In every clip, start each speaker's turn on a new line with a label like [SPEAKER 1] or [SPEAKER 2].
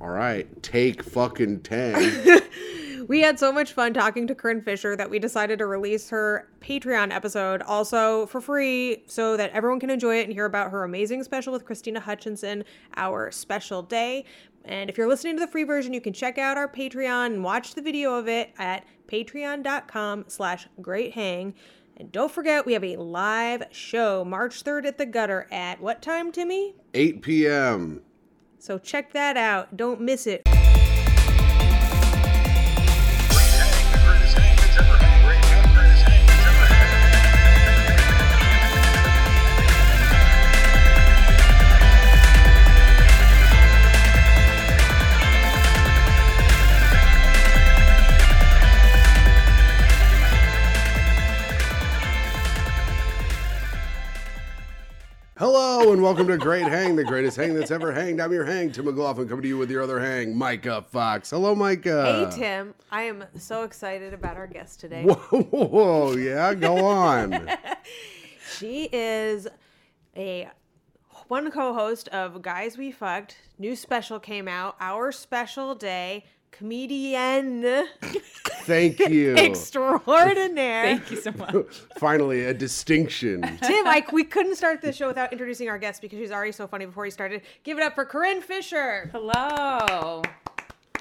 [SPEAKER 1] All right, take fucking 10.
[SPEAKER 2] We had so much fun talking to Corinne Fisher that we decided to release her Patreon episode also for free so that everyone can enjoy it and hear about her amazing special with Christina Hutchinson, our special day. And if you're listening to the free version, you can check out our Patreon and watch the video of it at patreon.com slash greathang. And don't forget, we have a live show March 3rd at the Gutter at what time, Timmy?
[SPEAKER 1] 8 p.m.
[SPEAKER 2] So check that out. Don't miss it.
[SPEAKER 1] Hello and welcome to Great Hang, the greatest hang that's ever hanged. I'm your hang, Tim McLaughlin, coming to you with your other hang, Micah Fox. Hello, Micah.
[SPEAKER 2] Hey, Tim. I am so excited about our guest today.
[SPEAKER 1] Whoa, whoa, whoa, yeah, go on.
[SPEAKER 2] She is a one co-host of Guys We Fucked. New special came out. Our special day comedian
[SPEAKER 1] Thank you.
[SPEAKER 2] extraordinaire.
[SPEAKER 3] Thank you so much.
[SPEAKER 1] Finally, a distinction.
[SPEAKER 2] Tim, I, we couldn't start this show without introducing our guest because she's already so funny before he started. Give it up for Corinne Fisher.
[SPEAKER 3] Hello.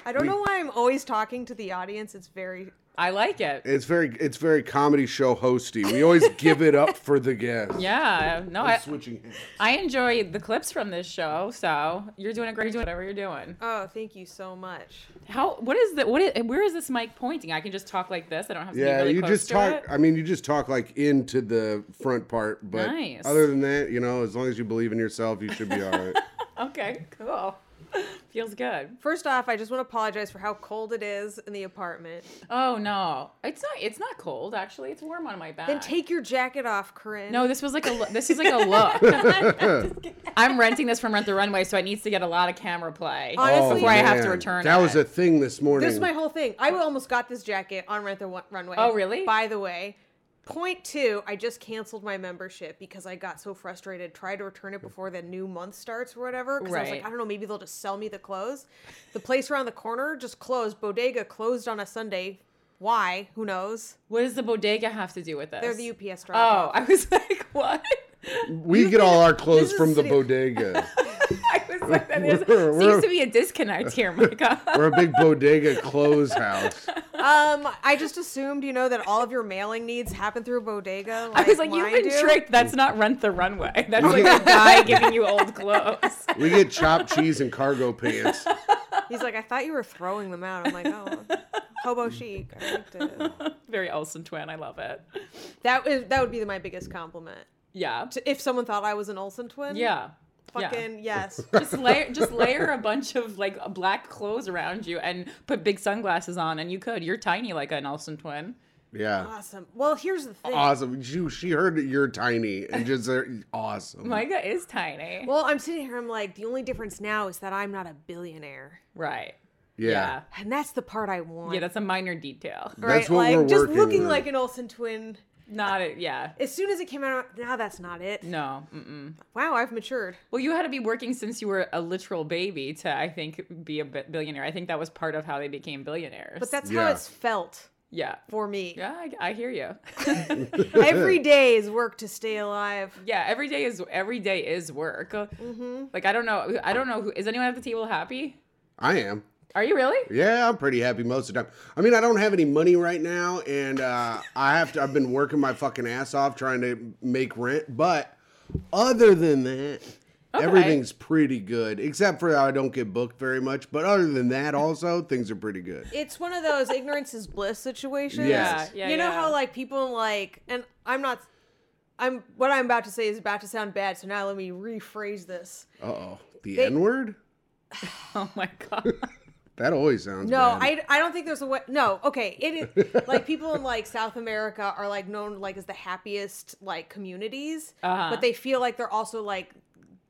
[SPEAKER 2] I don't know why I'm always talking to the audience. It's very
[SPEAKER 3] I like it.
[SPEAKER 1] It's very, it's very comedy show hosty. We always give it up for the guest.
[SPEAKER 3] Yeah. No, I,
[SPEAKER 1] I'm switching hands.
[SPEAKER 3] I enjoy the clips from this show. So you're doing a great doing whatever you're doing.
[SPEAKER 2] Oh, thank you so much.
[SPEAKER 3] How? What is the? What is? Where is this mic pointing? I can just talk like this. I don't have to
[SPEAKER 1] Yeah,
[SPEAKER 3] be really
[SPEAKER 1] you
[SPEAKER 3] close
[SPEAKER 1] just
[SPEAKER 3] to
[SPEAKER 1] talk.
[SPEAKER 3] it.
[SPEAKER 1] I mean, you just talk like into the front part, but
[SPEAKER 3] Nice.
[SPEAKER 1] other than that, you know, as long as you believe in yourself, you should be all right.
[SPEAKER 3] Okay. Cool. Feels good.
[SPEAKER 2] First off, I just want to apologize for how cold it is in the apartment.
[SPEAKER 3] Oh no, it's not. It's not cold actually. It's warm on my back.
[SPEAKER 2] Then take your jacket off, Corinne.
[SPEAKER 3] No, this was like a. lo- This is like a look. I'm renting this from Rent the Runway, so it needs to get a lot of camera play.
[SPEAKER 2] Honestly-
[SPEAKER 3] before I have to
[SPEAKER 1] Oh, man.
[SPEAKER 3] return.
[SPEAKER 1] That
[SPEAKER 3] it.
[SPEAKER 1] was a thing this morning.
[SPEAKER 2] This is my whole thing. I almost got this jacket on Rent the Wa- Runway.
[SPEAKER 3] Oh, really?
[SPEAKER 2] By the way, point two, I just canceled my membership because I got so frustrated. Tried to return it before the new month starts or whatever. Because I was like,
[SPEAKER 3] Right.
[SPEAKER 2] I don't know, maybe they'll just sell me the clothes. The place around the corner just closed. Bodega closed on a Sunday. Why? Who knows?
[SPEAKER 3] What does the bodega have to do with this?
[SPEAKER 2] They're the UPS driver.
[SPEAKER 3] Oh, I was like, what?
[SPEAKER 1] we get all our clothes
[SPEAKER 2] is
[SPEAKER 1] from the
[SPEAKER 2] city-
[SPEAKER 1] bodega.
[SPEAKER 3] I was like, that is,
[SPEAKER 1] We're- we're-
[SPEAKER 3] seems to be a disconnect here, Micah.
[SPEAKER 1] We're a big bodega clothes house.
[SPEAKER 2] Um, I just assumed, you know, that all of your mailing needs happen through Bodega.
[SPEAKER 3] I
[SPEAKER 2] Like
[SPEAKER 3] was like, you've
[SPEAKER 2] mine
[SPEAKER 3] been
[SPEAKER 2] do.
[SPEAKER 3] tricked. That's not Rent the Runway. That's like a guy giving you old clothes.
[SPEAKER 1] We get chopped cheese and cargo pants.
[SPEAKER 2] He's like, I thought you were throwing them out. I'm like, oh, hobo chic. I liked it.
[SPEAKER 3] Very Olsen twin. I love it.
[SPEAKER 2] That is that would be my biggest compliment.
[SPEAKER 3] Yeah.
[SPEAKER 2] To- If someone thought I was an Olsen twin,
[SPEAKER 3] Yeah. Yeah.
[SPEAKER 2] fucking yes.
[SPEAKER 3] Just layer, just layer a bunch of like black clothes around you, and put big sunglasses on, and you could. You're tiny like an Olsen twin.
[SPEAKER 1] Yeah.
[SPEAKER 2] awesome. Well, here's the thing.
[SPEAKER 1] Awesome. She, she heard that you're tiny and just uh, awesome.
[SPEAKER 3] Micah is tiny.
[SPEAKER 2] Well, I'm sitting here. I'm like, the only difference now is that I'm not a billionaire,
[SPEAKER 3] right.
[SPEAKER 1] yeah.
[SPEAKER 2] and that's the part I want.
[SPEAKER 3] Yeah, that's a minor detail.
[SPEAKER 2] right.
[SPEAKER 1] That's what
[SPEAKER 2] like
[SPEAKER 1] we're
[SPEAKER 2] just
[SPEAKER 1] working
[SPEAKER 2] looking
[SPEAKER 1] on.
[SPEAKER 2] like an Olsen twin.
[SPEAKER 3] Not a, yeah.
[SPEAKER 2] As soon as it came out, now that's not it.
[SPEAKER 3] No. Mm-mm.
[SPEAKER 2] Wow, I've matured.
[SPEAKER 3] Well, you had to be working since you were a literal baby to, I think, be a bi- billionaire. I think that was part of how they became billionaires.
[SPEAKER 2] But that's
[SPEAKER 1] Yeah.
[SPEAKER 2] how it's felt
[SPEAKER 3] yeah,
[SPEAKER 2] for me.
[SPEAKER 3] yeah, I, I hear you.
[SPEAKER 2] Every day is work to stay alive.
[SPEAKER 3] yeah, every day is every day is work.
[SPEAKER 1] Mm-hmm.
[SPEAKER 3] Like I don't know, I don't know who is anyone at the table happy?
[SPEAKER 1] I am.
[SPEAKER 3] Are you really?
[SPEAKER 1] Yeah, I'm pretty happy most of the time. I mean, I don't have any money right now, and uh, I have to. I've been working my fucking ass off trying to make rent. But other than that, everything's pretty good. Except for I don't get booked very much. But other than that, also things are pretty good.
[SPEAKER 2] it's one of those ignorance is bliss situations.
[SPEAKER 1] Yes.
[SPEAKER 3] Yeah, yeah,
[SPEAKER 2] you know
[SPEAKER 3] yeah.
[SPEAKER 2] how like people like, and I'm not. I'm what I'm about to say is about to sound bad, so now let me rephrase this.
[SPEAKER 1] Uh oh, the N word.
[SPEAKER 3] Oh my god.
[SPEAKER 1] That always sounds
[SPEAKER 2] No,
[SPEAKER 1] bad.
[SPEAKER 2] I, I don't think there's a way. No, okay, it is like people in like South America are like known like as the happiest like communities,
[SPEAKER 3] Uh-huh.
[SPEAKER 2] but they feel like they're also like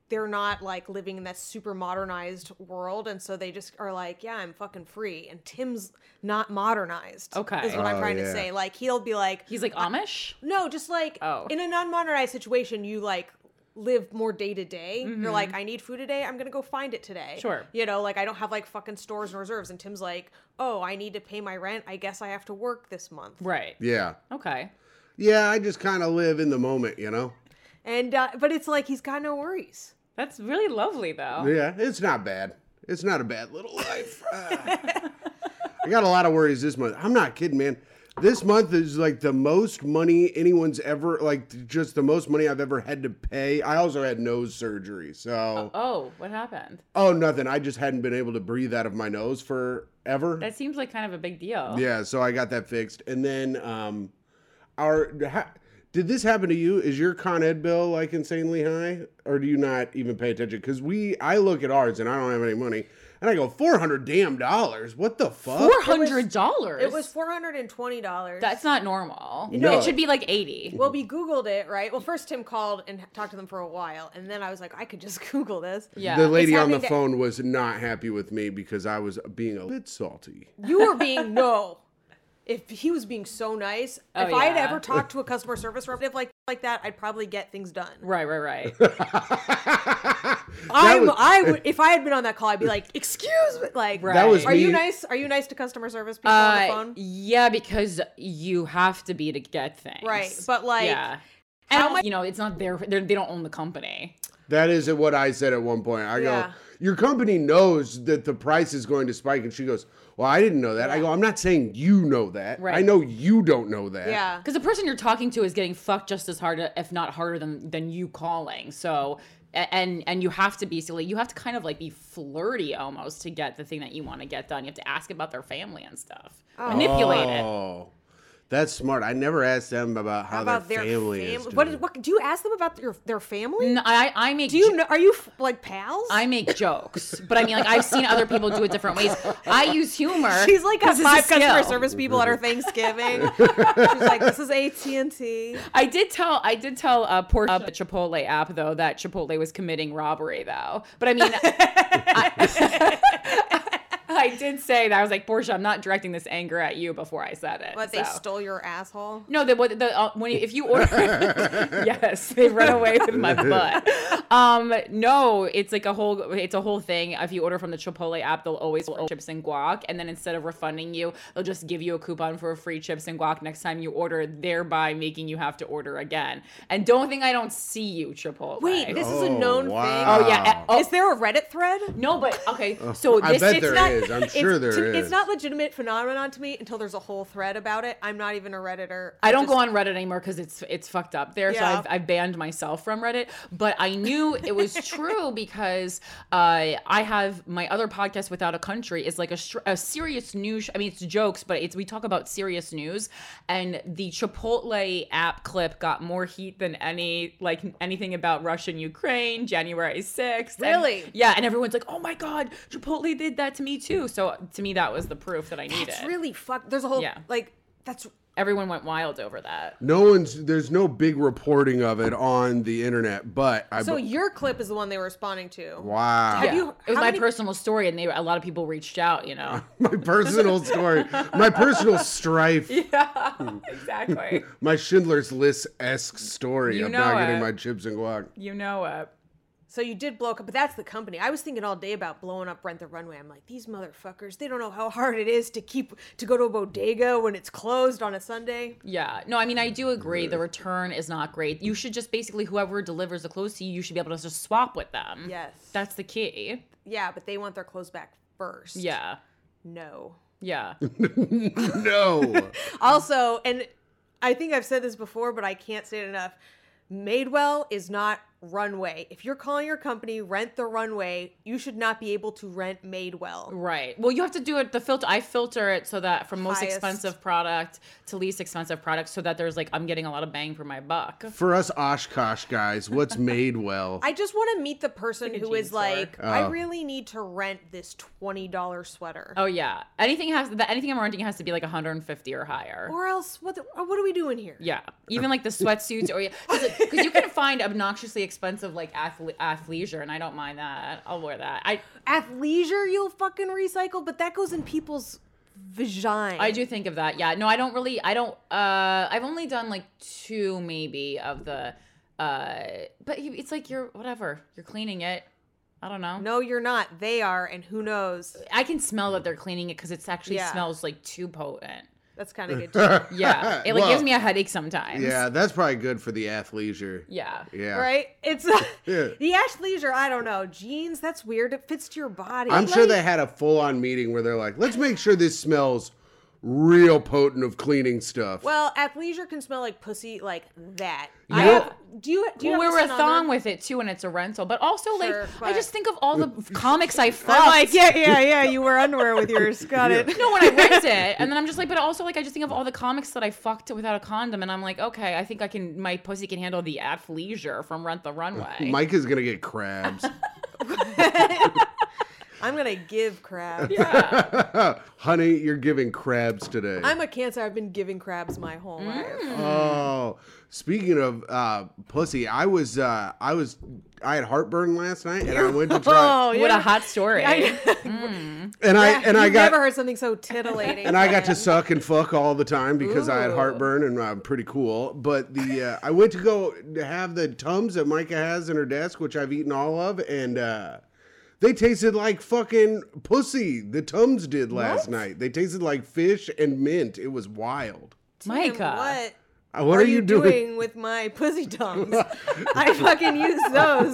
[SPEAKER 2] they're not like living in that super modernized world, and so they just are like, yeah, I'm fucking free, and Tim's not modernized.
[SPEAKER 3] Okay.
[SPEAKER 2] is what I'm
[SPEAKER 1] Oh,
[SPEAKER 2] trying
[SPEAKER 1] yeah.
[SPEAKER 2] to say. Like he'll be like,
[SPEAKER 3] He's like Amish?
[SPEAKER 2] No, just like
[SPEAKER 3] Oh.
[SPEAKER 2] in a non-modernized situation, you like live more day to day. You're like, I need food today. I'm gonna go find it today.
[SPEAKER 3] Mm-hmm. Sure.
[SPEAKER 2] You know, like I don't have like fucking stores and reserves. And Tim's like, oh, I need to pay my rent. I guess I have to work this month.
[SPEAKER 3] Right.
[SPEAKER 1] Yeah.
[SPEAKER 3] Okay.
[SPEAKER 1] Yeah, I just kind of live in the moment, you know?
[SPEAKER 2] And uh, but it's like he's got no worries.
[SPEAKER 3] That's really lovely, though.
[SPEAKER 1] Yeah, it's not bad. It's not a bad little life. Ah. I got a lot of worries this month. I'm not kidding, man. This month is like the most money anyone's ever like just the most money I've ever had to pay. I also had nose surgery. So
[SPEAKER 3] Oh, what happened?
[SPEAKER 1] oh nothing. I just hadn't been able to breathe out of my nose forever.
[SPEAKER 3] That seems like kind of a big
[SPEAKER 2] Oh.
[SPEAKER 3] deal.
[SPEAKER 1] yeah, so I got that fixed. And then um our ha, did this happen to you? Is your Con Ed bill like insanely high or do you not even pay attention cuz we I look at ours and I don't have any money and I go 400 damn dollars. What the fuck?
[SPEAKER 3] Four hundred dollars.
[SPEAKER 2] It was four hundred and twenty dollars.
[SPEAKER 3] That's not normal.
[SPEAKER 1] No.
[SPEAKER 3] It should be like eighty.
[SPEAKER 2] well, we Googled it, right? Well, first Tim called and talked to them for a while, and then I was like, I could just Google this.
[SPEAKER 3] Yeah.
[SPEAKER 1] The lady on the
[SPEAKER 2] happening to-
[SPEAKER 1] phone was not happy with me because I was being a bit salty.
[SPEAKER 2] You were being no. If he was being so nice, if I had
[SPEAKER 3] Oh, yeah.
[SPEAKER 2] ever talked to a customer service representative like like that, I'd probably get things done.
[SPEAKER 3] right. Right. Right.
[SPEAKER 2] I'm,
[SPEAKER 1] was-
[SPEAKER 2] I would if I had been on that call, I'd be like, "Excuse me," like,
[SPEAKER 3] That was
[SPEAKER 2] "Are you
[SPEAKER 1] me-
[SPEAKER 2] nice? Are you nice to customer service people on the
[SPEAKER 3] uh,
[SPEAKER 2] phone?"
[SPEAKER 3] yeah, because you have to be to get things.
[SPEAKER 2] Right, but, like,
[SPEAKER 3] yeah.
[SPEAKER 2] how
[SPEAKER 3] And
[SPEAKER 2] much-
[SPEAKER 3] you know, it's not their. they're- They don't own the company.
[SPEAKER 1] That is what I said at one point. I
[SPEAKER 2] Yeah.
[SPEAKER 1] go, Your company knows that the price is going to spike. And she goes, Well, I didn't know that. I go, I'm not saying you know that. I
[SPEAKER 3] Right.
[SPEAKER 1] know you don't know that.
[SPEAKER 2] yeah,
[SPEAKER 3] Because the person you're talking to is getting fucked just as hard, if not harder than than you calling. So, a- and and you have to be silly. You have to kind of like be flirty almost to get the thing that you want to get done. You have to ask about their family and stuff. Manipulate it.
[SPEAKER 1] Oh, that's smart. I never asked them about how,
[SPEAKER 2] about
[SPEAKER 1] Oh, their,
[SPEAKER 2] their
[SPEAKER 1] family is.
[SPEAKER 2] family.
[SPEAKER 1] Doing.
[SPEAKER 2] What, is- what do you ask them about your their family?
[SPEAKER 3] No, I I make
[SPEAKER 2] Do you know? Are you f- like pals?
[SPEAKER 3] I make jokes, but I mean, like I've seen other people do it different ways. I use humor.
[SPEAKER 2] She's like got
[SPEAKER 3] This is a
[SPEAKER 2] five customer
[SPEAKER 3] skill.
[SPEAKER 2] service people at her Thanksgiving. She's like, "This is AT and T."
[SPEAKER 3] I did tell I did tell uh, Portia the Chipotle app though that Chipotle was committing robbery though. But I mean, I, I did say that I was like Portia, I'm not directing this anger at you before I said it.
[SPEAKER 2] But they
[SPEAKER 3] so.
[SPEAKER 2] stole your asshole.
[SPEAKER 3] No, the, what- the uh, when you, if you order, yes, they run away with my butt. Um, no, it's like a whole it's a whole thing. If you order from the Chipotle app, they'll always offer chips and guac, and then instead of refunding you, they'll just give you a coupon for a free chips and guac next time you order, thereby making you have to order again. And don't think I don't see you, Chipotle.
[SPEAKER 2] Wait, this is a
[SPEAKER 1] Oh,
[SPEAKER 2] known
[SPEAKER 1] wow.
[SPEAKER 3] oh yeah,
[SPEAKER 2] thing.
[SPEAKER 3] oh,
[SPEAKER 2] Is there a Reddit thread?
[SPEAKER 3] no, but okay. So
[SPEAKER 1] Ah. I
[SPEAKER 3] this
[SPEAKER 1] bet
[SPEAKER 3] it's
[SPEAKER 1] there
[SPEAKER 3] not-
[SPEAKER 1] is. I'm sure there
[SPEAKER 2] it's,
[SPEAKER 1] is.
[SPEAKER 2] to- It's not legitimate phenomenon to me until there's a whole thread about it. I'm not even a redditor.
[SPEAKER 3] I don't
[SPEAKER 2] just-
[SPEAKER 3] go on Reddit anymore because it's it's fucked up there.
[SPEAKER 2] Yeah.
[SPEAKER 3] So I've, I've banned myself from Reddit. But I knew it was true because uh, I have my other podcast, Without a Country, is like a, str- a serious news. I mean, it's jokes, but it's we talk about serious news. And the Chipotle app clip got more heat than any like anything about Russia and Ukraine, January sixth.
[SPEAKER 2] Really?
[SPEAKER 3] yeah. And everyone's like, "Oh my god, Chipotle did that to me too." So to me, that was the proof that I needed.
[SPEAKER 2] It's really fuck. There's a whole
[SPEAKER 3] Yeah.
[SPEAKER 2] like that's
[SPEAKER 3] Everyone went wild over that.
[SPEAKER 1] no one's, there's no big reporting of it on the internet, but I.
[SPEAKER 2] so
[SPEAKER 1] be-
[SPEAKER 2] your clip is the one they were responding to.
[SPEAKER 1] wow.
[SPEAKER 2] Have
[SPEAKER 3] Yeah.
[SPEAKER 2] you-
[SPEAKER 3] it was
[SPEAKER 2] how
[SPEAKER 3] my
[SPEAKER 2] many-
[SPEAKER 3] personal story, and they a lot of people reached out. You know,
[SPEAKER 1] my personal story, my personal strife,
[SPEAKER 3] exactly.
[SPEAKER 1] my Schindler's List esque story
[SPEAKER 3] You
[SPEAKER 1] of
[SPEAKER 3] know
[SPEAKER 1] not getting
[SPEAKER 3] it.
[SPEAKER 1] my chips and guac.
[SPEAKER 3] you know it.
[SPEAKER 2] So you did blow up, but that's the company. I was thinking all day about blowing up Rent the Runway. I'm like, these motherfuckers. They don't know how hard it is to keep to go to a bodega when it's closed on a Sunday.
[SPEAKER 3] Yeah. No, I mean, I do agree. The return is not great. You should just basically whoever delivers the clothes to you, you should be able to just swap with them.
[SPEAKER 2] Yes.
[SPEAKER 3] That's the key.
[SPEAKER 2] Yeah, but they want their clothes back first.
[SPEAKER 3] Yeah.
[SPEAKER 2] No.
[SPEAKER 3] Yeah.
[SPEAKER 1] No.
[SPEAKER 2] Also, and I think I've said this before, but I can't say it enough. Madewell is not runway. If you're calling your company rent the runway, you should not be able to rent Madewell.
[SPEAKER 3] right. Well, you have to do it. The filter. I filter it so that from most
[SPEAKER 2] Highest.
[SPEAKER 3] expensive product to least expensive product, so that there's like I'm getting a lot of bang for my buck.
[SPEAKER 1] For us Oshkosh guys, what's made well?
[SPEAKER 2] I just want to meet the person who
[SPEAKER 3] jeans
[SPEAKER 2] is
[SPEAKER 3] store.
[SPEAKER 2] like, I really need to rent this twenty dollar sweater,
[SPEAKER 3] Oh yeah. Anything has that. Anything I'm renting has to be like 150 or higher.
[SPEAKER 2] or else what? The, what are we doing here?
[SPEAKER 3] Yeah, even like the sweatsuits, or because you can find obnoxiously expensive like athle- athleisure, and I don't mind that. I'll wear that. I
[SPEAKER 2] Athleisure, you'll fucking recycle, but that goes in people's vagina.
[SPEAKER 3] I do think of that. Yeah, no, I don't really. I don't. Uh, I've only done like two maybe of the Uh, but you, it's like you're whatever. You're cleaning it. I don't know.
[SPEAKER 2] No, you're not. They are, and who knows?
[SPEAKER 3] I can smell that they're cleaning it because it actually
[SPEAKER 2] Yeah.
[SPEAKER 3] smells like too potent.
[SPEAKER 2] That's kind of good. Too,
[SPEAKER 3] Yeah, it like
[SPEAKER 1] Well,
[SPEAKER 3] gives me a headache sometimes.
[SPEAKER 1] Yeah, that's probably good for the athleisure.
[SPEAKER 3] yeah.
[SPEAKER 1] Yeah.
[SPEAKER 2] right? It's
[SPEAKER 1] Yeah.
[SPEAKER 2] the athleisure. I don't know jeans. That's weird. It fits to your body.
[SPEAKER 1] I'm sure
[SPEAKER 2] Like,
[SPEAKER 1] they had a full on meeting where they're like, let's make sure this smells real potent of cleaning stuff.
[SPEAKER 2] Well, athleisure can smell like pussy, like that.
[SPEAKER 1] You
[SPEAKER 2] I
[SPEAKER 1] know-
[SPEAKER 2] have, do you? Do you
[SPEAKER 3] Well, we
[SPEAKER 2] have
[SPEAKER 3] wear a
[SPEAKER 2] this on
[SPEAKER 3] thong with it too, and it's a rental. But also,
[SPEAKER 2] Sure,
[SPEAKER 3] like, I
[SPEAKER 2] but- Oh,
[SPEAKER 3] just think of all the comics I fucked.
[SPEAKER 2] there? I'm like, yeah, yeah, yeah. You wear underwear with yours. Got it.
[SPEAKER 3] no, when I rent it, and then I'm just like, but also, like, I just think of all the comics that I fucked without a condom, and I'm like, okay, I think I can, my pussy can handle the athleisure from Rent the Runway.
[SPEAKER 1] Mike is going to get crabs.
[SPEAKER 2] I'm gonna give crabs.
[SPEAKER 3] yeah.
[SPEAKER 1] Honey, you're giving crabs today.
[SPEAKER 2] I'm a cancer. I've been giving crabs my whole
[SPEAKER 3] Mm.
[SPEAKER 2] life.
[SPEAKER 1] Oh, speaking of uh, pussy, I was uh, I was I had heartburn last night, and I went to try,
[SPEAKER 2] Oh,
[SPEAKER 3] What
[SPEAKER 2] yeah.
[SPEAKER 3] a hot story.
[SPEAKER 2] I-
[SPEAKER 1] and I and I
[SPEAKER 2] You've
[SPEAKER 1] got
[SPEAKER 2] never heard something so titillating.
[SPEAKER 1] and I got to suck and fuck all the time because I had
[SPEAKER 3] Ooh.
[SPEAKER 1] heartburn and I'm pretty cool. But the uh, I went to go to have the tums that Micah has in her desk, which I've eaten all of, and uh, they tasted like fucking pussy. The tums did last night. They tasted like fish and mint. It was wild.
[SPEAKER 2] Damn,
[SPEAKER 3] Micah.
[SPEAKER 2] What?
[SPEAKER 1] Uh, What
[SPEAKER 2] are you doing, with my pussy tongues? I fucking use those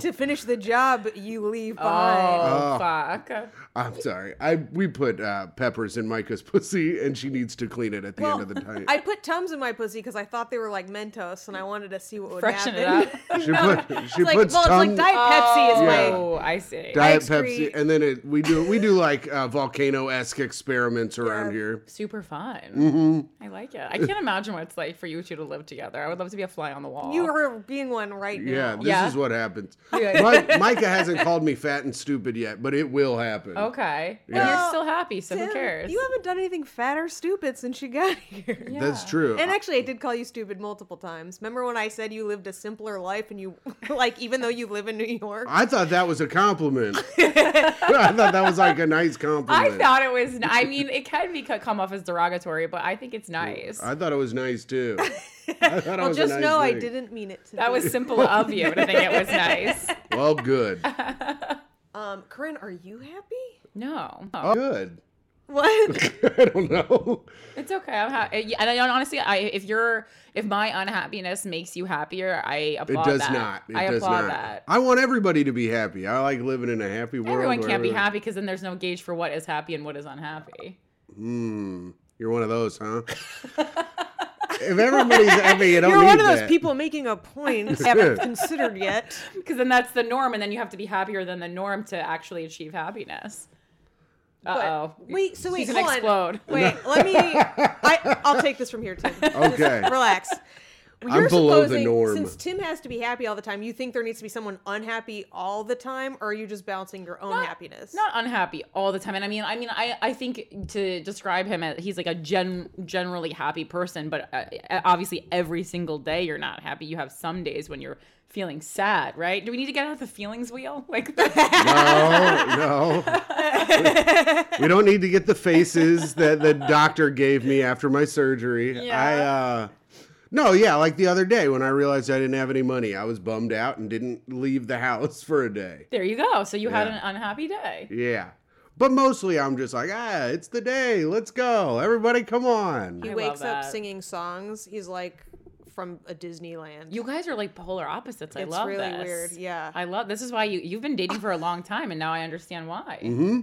[SPEAKER 2] to finish the job you leave behind.
[SPEAKER 3] Oh, fuck.
[SPEAKER 1] I'm sorry. I we put uh, peppers in Micah's pussy, and she needs to clean it at the end of the night.
[SPEAKER 2] I put Tums in my pussy because I thought they were like Mentos, and I wanted to see what would
[SPEAKER 3] Freshen it
[SPEAKER 2] happen.
[SPEAKER 3] up.
[SPEAKER 1] she put, she
[SPEAKER 2] It's like,
[SPEAKER 1] puts
[SPEAKER 2] well, it's like
[SPEAKER 1] tongue,
[SPEAKER 2] Diet Pepsi is
[SPEAKER 1] Yeah.
[SPEAKER 2] my.
[SPEAKER 3] Oh, I see.
[SPEAKER 1] diet
[SPEAKER 2] I
[SPEAKER 1] Pepsi,
[SPEAKER 2] excrete.
[SPEAKER 1] and then it, we do we do like uh, volcano esque experiments around
[SPEAKER 2] Yeah.
[SPEAKER 1] here.
[SPEAKER 3] Super fun.
[SPEAKER 1] Mm-hmm.
[SPEAKER 3] I like it. I can't imagine what it's like for you two to live together. I would love to be a fly on the wall.
[SPEAKER 2] You are being one right now.
[SPEAKER 1] Yeah, this
[SPEAKER 3] Yeah.
[SPEAKER 1] is what happens.
[SPEAKER 3] Yeah.
[SPEAKER 1] Mi- Micah hasn't called me fat and stupid yet, but it will happen.
[SPEAKER 3] okay. Well,
[SPEAKER 2] Yeah.
[SPEAKER 3] you're still happy, so who
[SPEAKER 2] Tim,
[SPEAKER 3] cares?
[SPEAKER 2] You haven't done anything fat or stupid since you got here.
[SPEAKER 1] That's
[SPEAKER 3] Yeah.
[SPEAKER 1] true.
[SPEAKER 2] And actually, I did call you stupid multiple times. Remember when I said you lived a simpler life and you, like, even though you live in New York?
[SPEAKER 1] I thought that was a compliment. I thought that was like a nice
[SPEAKER 3] I
[SPEAKER 1] compliment.
[SPEAKER 3] thought it was. I mean, it can be cut- come off as derogatory, but I think it's nice.
[SPEAKER 1] I thought it was nice too. I thought it
[SPEAKER 2] well,
[SPEAKER 1] was a
[SPEAKER 2] just
[SPEAKER 1] nice
[SPEAKER 2] know I
[SPEAKER 1] thing.
[SPEAKER 2] didn't mean it to
[SPEAKER 3] That
[SPEAKER 2] be.
[SPEAKER 3] was simple of you to think it was nice.
[SPEAKER 1] Well, good,
[SPEAKER 2] Um, Corinne, are you happy?
[SPEAKER 3] No,
[SPEAKER 1] Oh, good.
[SPEAKER 2] What?
[SPEAKER 1] I don't know.
[SPEAKER 3] it's okay. I'm happy. And I, honestly, I, if you're if my unhappiness makes you happier, I
[SPEAKER 1] It
[SPEAKER 3] applaud
[SPEAKER 1] does
[SPEAKER 3] that.
[SPEAKER 1] not. It
[SPEAKER 3] I
[SPEAKER 1] does
[SPEAKER 3] applaud
[SPEAKER 1] not.
[SPEAKER 3] that.
[SPEAKER 1] I want everybody to be happy. I like living in a happy world.
[SPEAKER 3] Everyone
[SPEAKER 1] where
[SPEAKER 3] can't be
[SPEAKER 1] everyone-
[SPEAKER 3] happy because then there's no gauge for what is happy and what is unhappy.
[SPEAKER 1] Hmm. You're one of those, huh? if everybody's happy, you don't
[SPEAKER 2] You're
[SPEAKER 1] need
[SPEAKER 2] one of those
[SPEAKER 1] that.
[SPEAKER 2] people making a point haven't considered yet.
[SPEAKER 3] Because then that's the norm, and then you have to be happier than the norm to actually achieve happiness.
[SPEAKER 2] But-
[SPEAKER 3] Uh oh.
[SPEAKER 2] Wait, so wait,
[SPEAKER 3] He's
[SPEAKER 2] hold
[SPEAKER 3] gonna
[SPEAKER 2] on.
[SPEAKER 3] explode.
[SPEAKER 2] Wait, let me. I, I'll take this from here, Tim. Just
[SPEAKER 1] Okay.
[SPEAKER 2] relax.
[SPEAKER 1] I'm below the
[SPEAKER 2] supposing-
[SPEAKER 1] norm.
[SPEAKER 2] Since Tim has to be happy all the time, you think there needs to be someone unhappy all the time, or are you just balancing your own happiness?
[SPEAKER 3] not unhappy all the time and i mean i mean i i think to describe him as he's like a gen generally happy person but uh, obviously every single day you're not happy you have some days when you're feeling sad right do we need to get out the feelings wheel like
[SPEAKER 1] No, no. we don't need to get the faces that the doctor gave me after my surgery.
[SPEAKER 3] Yeah.
[SPEAKER 1] I uh no, yeah, like the other day when I realized I didn't have any money, I was bummed out and didn't leave the house for a day.
[SPEAKER 3] there you go so you had
[SPEAKER 1] Yeah.
[SPEAKER 3] an unhappy day
[SPEAKER 1] Yeah. But mostly I'm just like, ah, it's the day. Let's go. Everybody come on.
[SPEAKER 2] He
[SPEAKER 3] I love
[SPEAKER 2] wakes up
[SPEAKER 3] that.
[SPEAKER 2] singing songs. He's like from a Disneyland.
[SPEAKER 3] you guys are like polar opposites i
[SPEAKER 2] It's
[SPEAKER 3] love
[SPEAKER 2] really
[SPEAKER 3] this.
[SPEAKER 2] weird, yeah.
[SPEAKER 3] i love this is why you you've been dating for a long time and now i understand why
[SPEAKER 1] Mm-hmm.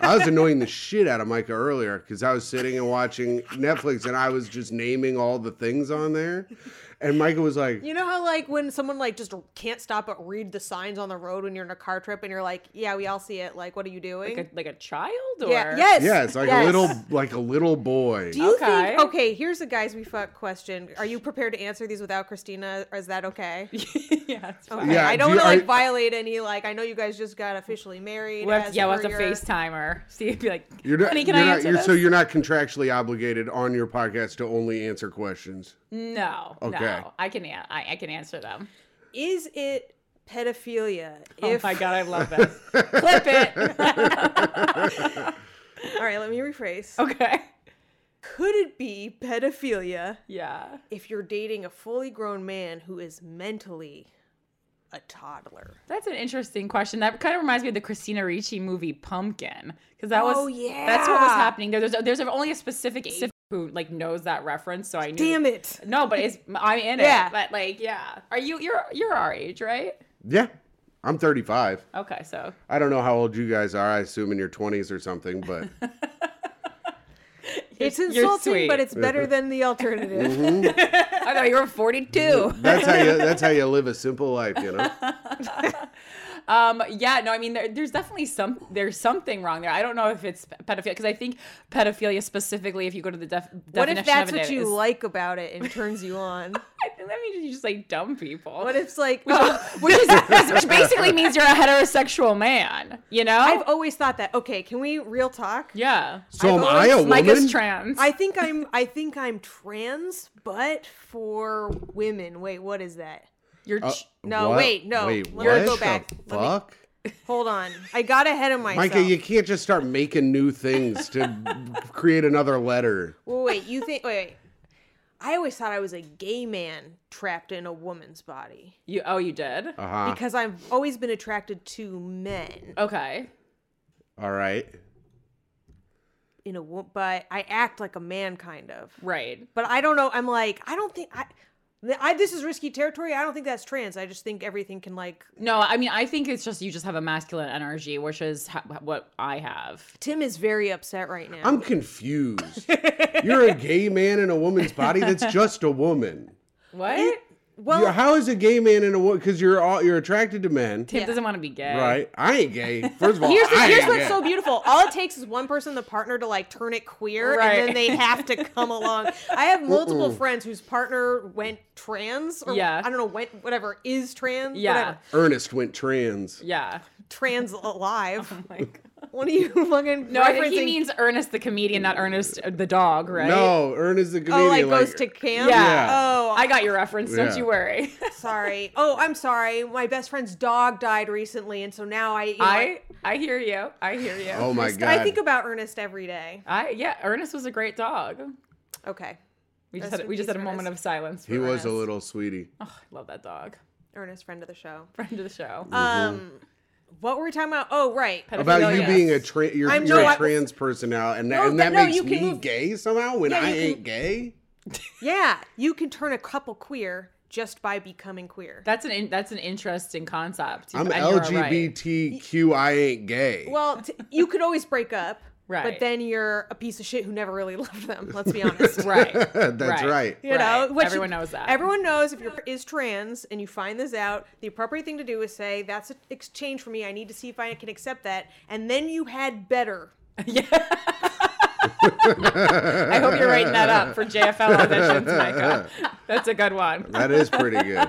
[SPEAKER 1] I was annoying the shit out of Micah earlier because I was sitting and watching Netflix and I was just naming all the things on there. And Micah was like,
[SPEAKER 2] You know how like when someone like just can't stop but read the signs on the road when you're in a car trip and you're like, yeah, we all see it. Like, what are you doing?
[SPEAKER 3] like, a, like a child or
[SPEAKER 2] yeah, yes,
[SPEAKER 1] Yeah, it's like
[SPEAKER 2] yes.
[SPEAKER 1] a little like a little boy.
[SPEAKER 2] Do you
[SPEAKER 3] Okay.
[SPEAKER 2] think? Okay, here's a guys we fuck question. Are you prepared to answer these without Christina? Or is that okay?
[SPEAKER 3] yeah, it's fine.
[SPEAKER 2] Okay,
[SPEAKER 1] Yeah,
[SPEAKER 2] Oh, I don't
[SPEAKER 1] do you-
[SPEAKER 2] want to like
[SPEAKER 1] are-
[SPEAKER 2] violate any. Like, I know you guys just got officially married.
[SPEAKER 3] We'll have to,
[SPEAKER 2] as
[SPEAKER 3] yeah, we'll
[SPEAKER 2] per
[SPEAKER 3] have to
[SPEAKER 2] your-
[SPEAKER 3] FaceTime her. See, be like,
[SPEAKER 1] You're not,
[SPEAKER 3] honey, can
[SPEAKER 1] you're
[SPEAKER 3] I
[SPEAKER 1] not-
[SPEAKER 3] answer
[SPEAKER 1] you're-
[SPEAKER 3] this?
[SPEAKER 1] So you're not contractually obligated on your podcast to only answer questions.
[SPEAKER 3] No.
[SPEAKER 1] Okay.
[SPEAKER 3] No. I can an- I, I can answer them.
[SPEAKER 2] Is it pedophilia?
[SPEAKER 3] oh my god, I love this. Clip it. Oh.
[SPEAKER 2] All right, let me rephrase.
[SPEAKER 3] okay.
[SPEAKER 2] Could it be pedophilia
[SPEAKER 3] Yeah.
[SPEAKER 2] if you're dating a fully grown man who is mentally a toddler?
[SPEAKER 3] That's an interesting question. That kind of reminds me of the Christina Ricci movie Pumpkin, because that was
[SPEAKER 2] Oh, yeah.
[SPEAKER 3] that's what was happening there. There's a, there's only a specific age who like knows that reference, so I knew.
[SPEAKER 2] Damn it.
[SPEAKER 3] No, but it's I'm in
[SPEAKER 2] Yeah.
[SPEAKER 3] it. But like, yeah. Are you you're you're our age, right?
[SPEAKER 1] Yeah, I'm 35.
[SPEAKER 3] Okay, so
[SPEAKER 1] I don't know how old you guys are. I assume in your 20s or something, but
[SPEAKER 2] It's
[SPEAKER 3] you're
[SPEAKER 2] insulting,
[SPEAKER 3] sweet.
[SPEAKER 2] but it's better than the alternative.
[SPEAKER 1] Mm-hmm.
[SPEAKER 3] I thought you were 42.
[SPEAKER 1] that's how you that's how you live a simple life, you know.
[SPEAKER 3] Um, yeah, no, I mean, there, there's definitely some, there's something wrong there. I don't know if it's pedophilia, because I think pedophilia specifically, if you go to the def-
[SPEAKER 2] what
[SPEAKER 3] definition
[SPEAKER 2] if that's
[SPEAKER 3] of it,
[SPEAKER 2] what you
[SPEAKER 3] is-
[SPEAKER 2] like about it and turns you on?
[SPEAKER 3] I think that means you just like dumb people.
[SPEAKER 2] What if it's like,
[SPEAKER 3] which, is, which basically means you're a heterosexual man, you know?
[SPEAKER 2] I've always thought that. Okay, can we real talk?
[SPEAKER 3] yeah.
[SPEAKER 1] So am I
[SPEAKER 2] always-
[SPEAKER 1] a
[SPEAKER 3] Mike
[SPEAKER 1] woman?
[SPEAKER 3] is trans.
[SPEAKER 2] I think I'm I think I'm trans, but for women. Wait, what is that?
[SPEAKER 3] you're
[SPEAKER 1] Uh,
[SPEAKER 3] ch-
[SPEAKER 2] No,
[SPEAKER 1] what?
[SPEAKER 2] wait, no.
[SPEAKER 1] Wait,
[SPEAKER 2] Let me go
[SPEAKER 1] what the
[SPEAKER 2] back. Let me-
[SPEAKER 1] Fuck.
[SPEAKER 2] Hold on. I got ahead of myself.
[SPEAKER 1] Micah, you can't just start making new things to create another letter.
[SPEAKER 2] Well, wait, you think wait, wait. I always thought I was a gay man trapped in a woman's body
[SPEAKER 3] you. Oh, you did?
[SPEAKER 1] Uh huh.
[SPEAKER 2] because I've always been attracted to men
[SPEAKER 3] Okay.
[SPEAKER 1] All right.
[SPEAKER 2] in a wo- but I act like a man kind of.
[SPEAKER 3] Right.
[SPEAKER 2] But I don't know. I'm like I don't think I, I this is risky territory. I don't think that's trans. I just think everything can like
[SPEAKER 3] No, I mean, I think it's just you just have a masculine energy, which is ha- what I have.
[SPEAKER 2] Tim is very upset right now.
[SPEAKER 1] I'm confused. You're a gay man in a woman's body that's just a woman.
[SPEAKER 3] What?
[SPEAKER 2] well,
[SPEAKER 1] You're- how is a gay man in a woman? Because you're all you're attracted to men,
[SPEAKER 3] Tim
[SPEAKER 2] Yeah.
[SPEAKER 3] doesn't want to be gay.
[SPEAKER 1] right? I ain't gay. First of all,
[SPEAKER 2] Here's, the,
[SPEAKER 1] I
[SPEAKER 2] here's
[SPEAKER 1] ain't
[SPEAKER 2] what's
[SPEAKER 1] gay.
[SPEAKER 2] so beautiful. All it takes is one person, the partner, to like turn it queer, and then
[SPEAKER 3] Right.
[SPEAKER 2] they have to come along. I have multiple friends whose partner went trans, or
[SPEAKER 3] Yeah.
[SPEAKER 2] I don't know, went whatever is trans,
[SPEAKER 3] Yeah.
[SPEAKER 2] whatever,
[SPEAKER 1] Ernest went trans.
[SPEAKER 3] Yeah.
[SPEAKER 2] trans alive.
[SPEAKER 3] Like,
[SPEAKER 2] One of you fucking
[SPEAKER 3] no, I think
[SPEAKER 2] referencing-
[SPEAKER 3] he means Ernest the comedian, not Ernest uh, the dog, right?
[SPEAKER 1] No, Ernest the
[SPEAKER 2] oh,
[SPEAKER 1] comedian.
[SPEAKER 2] like
[SPEAKER 1] like-
[SPEAKER 2] goes to camp.
[SPEAKER 3] Yeah.
[SPEAKER 1] Yeah.
[SPEAKER 2] Oh,
[SPEAKER 3] I got your reference.
[SPEAKER 1] Yeah.
[SPEAKER 3] Don't you worry.
[SPEAKER 2] sorry. Oh, I'm sorry. My best friend's dog died recently, and so now I, you know,
[SPEAKER 3] I I hear you. I hear you.
[SPEAKER 1] oh my god.
[SPEAKER 2] I think about Ernest every day.
[SPEAKER 3] I yeah. Ernest was a great dog.
[SPEAKER 2] Okay,
[SPEAKER 3] We just
[SPEAKER 2] Rest
[SPEAKER 3] had we
[SPEAKER 2] in
[SPEAKER 3] just had a
[SPEAKER 2] peace,
[SPEAKER 3] moment
[SPEAKER 2] Ernest.
[SPEAKER 3] of silence. For
[SPEAKER 1] he was a
[SPEAKER 3] Ernest.
[SPEAKER 1] little sweetie.
[SPEAKER 3] Oh, I love that dog.
[SPEAKER 2] Ernest, friend of the show.
[SPEAKER 3] Friend of the show.
[SPEAKER 2] Um, what were we talking about? Oh, right.
[SPEAKER 1] About you
[SPEAKER 3] Mm-hmm. Pedophilia.
[SPEAKER 1] being a tra- you're,
[SPEAKER 2] I'm
[SPEAKER 1] you're
[SPEAKER 2] not-
[SPEAKER 1] a trans person now, and that,
[SPEAKER 2] No,
[SPEAKER 1] and that
[SPEAKER 2] that- no,
[SPEAKER 1] makes
[SPEAKER 2] you can
[SPEAKER 1] me
[SPEAKER 2] move-
[SPEAKER 1] gay somehow when
[SPEAKER 2] Yeah,
[SPEAKER 1] I
[SPEAKER 2] you can-
[SPEAKER 1] ain't gay.
[SPEAKER 2] Yeah, you can turn a couple queer just by becoming queer.
[SPEAKER 3] That's an in, that's an interesting concept.
[SPEAKER 1] I'm
[SPEAKER 3] And you're right.
[SPEAKER 1] LGBTQ. I ain't gay.
[SPEAKER 2] well, t- you could always break up, But
[SPEAKER 3] Right.
[SPEAKER 2] then you're a piece of shit who never really loved them. Let's be honest.
[SPEAKER 3] Right.
[SPEAKER 1] that's
[SPEAKER 3] right.
[SPEAKER 1] right.
[SPEAKER 2] You know,
[SPEAKER 3] Right.
[SPEAKER 2] which-
[SPEAKER 3] Everyone knows that.
[SPEAKER 2] Everyone knows if you're is trans and you find this out, the appropriate thing to do is say that's an exchange for me. I need to see if I can accept that, and then you had better.
[SPEAKER 3] Yeah. I hope you're writing that up for JFL auditions, Micah. That's a good one.
[SPEAKER 1] That is pretty good.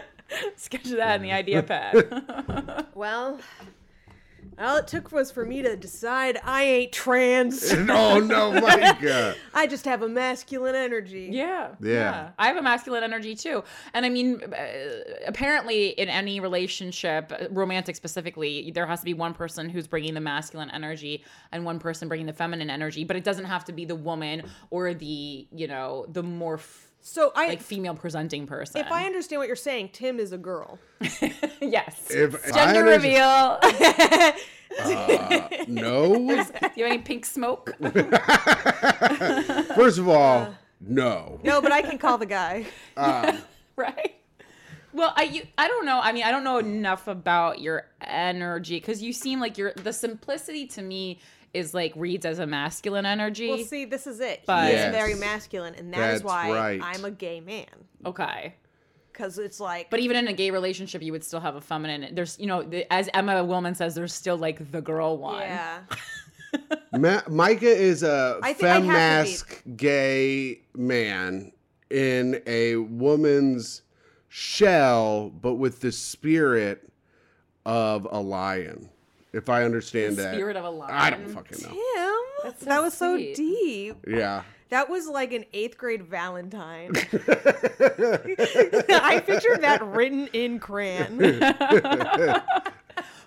[SPEAKER 3] Sketch that in the idea pad.
[SPEAKER 2] Well, all it took was for me to decide I ain't trans.
[SPEAKER 1] oh no, Micah.
[SPEAKER 2] I just have a masculine energy.
[SPEAKER 3] Yeah,
[SPEAKER 1] Yeah.
[SPEAKER 3] I have a masculine energy too, and I mean, uh, apparently, in any relationship, uh, romantic specifically, there has to be one person who's bringing the masculine energy and one person bringing the feminine energy. But it doesn't have to be the woman or the you know the more f-
[SPEAKER 2] So I,
[SPEAKER 3] like female presenting person.
[SPEAKER 2] if I understand what you're saying, Tim is a girl.
[SPEAKER 3] yes,
[SPEAKER 1] If if I
[SPEAKER 3] gender
[SPEAKER 1] under-
[SPEAKER 3] reveal. Do
[SPEAKER 1] No.
[SPEAKER 3] you have any pink smoke? uh,
[SPEAKER 1] First of all, no.
[SPEAKER 2] No, but I can call the guy.
[SPEAKER 3] right well i you, i don't know i mean i don't know enough about your energy because you seem like you're the simplicity to me is like reads as a masculine energy
[SPEAKER 2] Well, see, this is it.
[SPEAKER 3] But-
[SPEAKER 2] he is very
[SPEAKER 1] Yes.
[SPEAKER 2] masculine, and that is
[SPEAKER 1] That's
[SPEAKER 2] why
[SPEAKER 1] right.
[SPEAKER 2] I'm a gay man.
[SPEAKER 3] okay
[SPEAKER 2] Because it's like,
[SPEAKER 3] but even in a gay relationship you would still have a feminine there's you know the, as emma willman says there's still like the girl one
[SPEAKER 2] yeah,
[SPEAKER 1] Ma- Micah is a
[SPEAKER 2] I think I have to be.
[SPEAKER 1] femmask gay man in a woman's shell, but with the spirit of a lion. If I understand that.
[SPEAKER 3] spirit of a lion
[SPEAKER 1] I don't fucking know.
[SPEAKER 2] Tim,
[SPEAKER 3] so
[SPEAKER 2] that was so
[SPEAKER 3] sweet.
[SPEAKER 2] deep.
[SPEAKER 1] Yeah.
[SPEAKER 2] That was like an eighth grade Valentine. I pictured that written in crayon.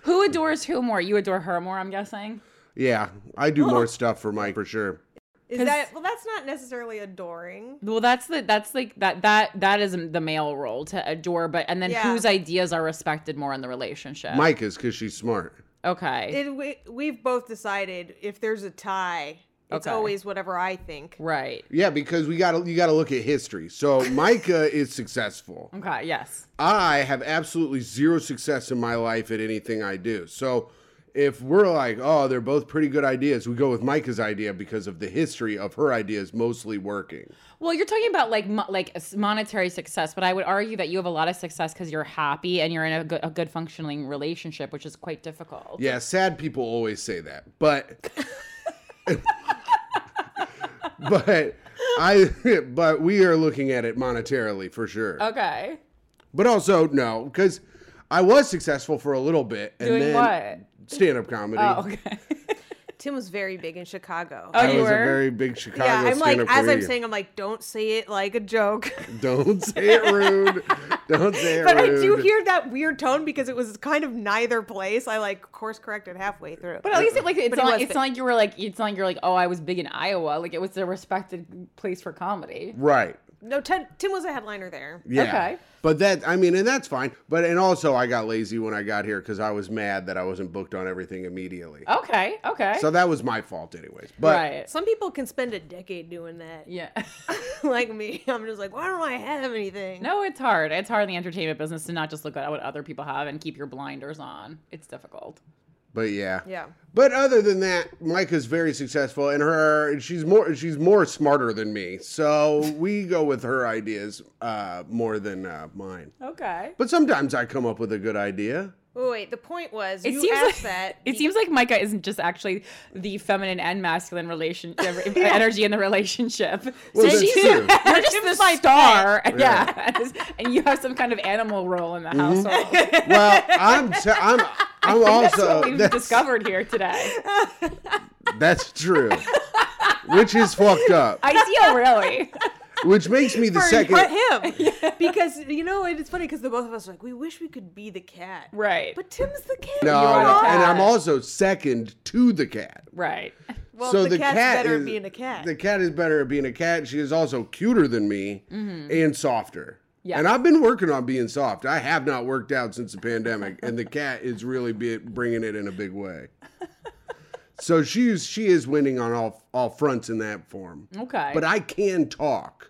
[SPEAKER 3] who adores who more you adore her more i'm guessing
[SPEAKER 1] Yeah. I do more stuff for Mike for sure.
[SPEAKER 2] Is
[SPEAKER 3] 'Cause-
[SPEAKER 2] that well? That's not necessarily adoring.
[SPEAKER 3] Well, that's the that's like that that that is the male role to adore, but and then
[SPEAKER 2] Yeah.
[SPEAKER 3] whose ideas are respected more in the relationship?
[SPEAKER 1] Mike is because she's smart.
[SPEAKER 3] okay,
[SPEAKER 2] It, we we've both decided if there's a tie, it's
[SPEAKER 3] Okay.
[SPEAKER 2] always whatever I think.
[SPEAKER 3] right.
[SPEAKER 1] Yeah, because we gotta you gotta look at history. So Micah is successful.
[SPEAKER 3] Okay, yes,
[SPEAKER 1] I have absolutely zero success in my life at anything I do. So if we're like, oh, they're both pretty good ideas, we go with Micah's idea because of the history of her ideas mostly working.
[SPEAKER 3] Well, you're talking about like mo- like s- monetary success, but I would argue that you have a lot of success because you're happy and you're in a good, a good functioning relationship, which is quite difficult.
[SPEAKER 1] Yeah, sad people always say that, but but I but we are looking at it monetarily for sure.
[SPEAKER 3] Okay.
[SPEAKER 1] But also no, because I was successful for a little bit and
[SPEAKER 3] Doing
[SPEAKER 1] then stand up comedy.
[SPEAKER 3] Oh, okay.
[SPEAKER 2] Tim was very big in Chicago.
[SPEAKER 3] Oh,
[SPEAKER 1] I
[SPEAKER 3] you
[SPEAKER 1] was a
[SPEAKER 3] were?
[SPEAKER 1] very big Chicago
[SPEAKER 2] yeah, I'm like
[SPEAKER 1] stand-up
[SPEAKER 2] as I'm
[SPEAKER 1] comedian.
[SPEAKER 2] saying, I'm like, don't say it like a joke.
[SPEAKER 1] Don't say it rude. Don't say it
[SPEAKER 2] But I
[SPEAKER 1] rude.
[SPEAKER 2] do hear that weird tone because it was kind of neither place. I like course corrected halfway through.
[SPEAKER 3] But at least it like it's
[SPEAKER 2] But it
[SPEAKER 3] not
[SPEAKER 2] was
[SPEAKER 3] it's
[SPEAKER 2] big.
[SPEAKER 3] not like you were like it's not like you're like oh I was big in Iowa like it was a respected place for comedy.
[SPEAKER 1] Right.
[SPEAKER 2] no, Tim, Tim was a headliner there.
[SPEAKER 1] Yeah.
[SPEAKER 3] Okay.
[SPEAKER 1] But that I mean, and that's fine. But and also I got lazy when I got here because I was mad that I wasn't booked on everything immediately.
[SPEAKER 3] Okay. Okay.
[SPEAKER 1] So that was my fault anyways. But
[SPEAKER 3] right.
[SPEAKER 2] Some people can spend a decade doing that.
[SPEAKER 3] Yeah.
[SPEAKER 2] like me, I'm just like, why don't I have anything?
[SPEAKER 3] No, it's hard. It's hard in the entertainment business to not just look at what other people have and keep your blinders on. It's difficult.
[SPEAKER 1] but yeah.
[SPEAKER 2] Yeah.
[SPEAKER 1] But other than that, Micah's very successful and her and she's more she's more smarter than me. So we go with her ideas uh more than uh, mine.
[SPEAKER 3] Okay.
[SPEAKER 1] But sometimes I come up with a good idea.
[SPEAKER 2] Oh, wait, the point was you
[SPEAKER 3] seems
[SPEAKER 2] asked
[SPEAKER 3] like,
[SPEAKER 2] that.
[SPEAKER 3] It seems like Micah isn't just actually the feminine and masculine relation energy in the relationship.
[SPEAKER 1] Well, that's
[SPEAKER 3] she's
[SPEAKER 1] true.
[SPEAKER 3] you're just the star, yeah, and you have some kind of animal role in the household.
[SPEAKER 1] Well, I'm t- I'm I'm
[SPEAKER 3] That's
[SPEAKER 1] also
[SPEAKER 3] what we've discovered here today.
[SPEAKER 1] That's true. Which is fucked up.
[SPEAKER 3] I feel really.
[SPEAKER 1] Which makes me the second.
[SPEAKER 2] But him, because you know, and it's funny because the both of us are like, we wish we could be the cat,
[SPEAKER 3] Right.
[SPEAKER 2] But Tim's the cat.
[SPEAKER 1] No,
[SPEAKER 3] You are the
[SPEAKER 1] no,
[SPEAKER 3] cat.
[SPEAKER 1] and I'm also second to the cat.
[SPEAKER 3] Right.
[SPEAKER 2] Well,
[SPEAKER 1] so
[SPEAKER 2] the,
[SPEAKER 1] the,
[SPEAKER 2] cat's
[SPEAKER 1] cat
[SPEAKER 2] better
[SPEAKER 1] is,
[SPEAKER 2] at being a cat.
[SPEAKER 1] The cat is better at being a cat. She is also cuter than me and softer.
[SPEAKER 3] Yeah.
[SPEAKER 1] And I've been working on being soft. I have not worked out since the pandemic, and the cat is really be, bringing it in a big way. So she's she is winning on all all fronts in that form.
[SPEAKER 3] Okay.
[SPEAKER 1] but I can talk.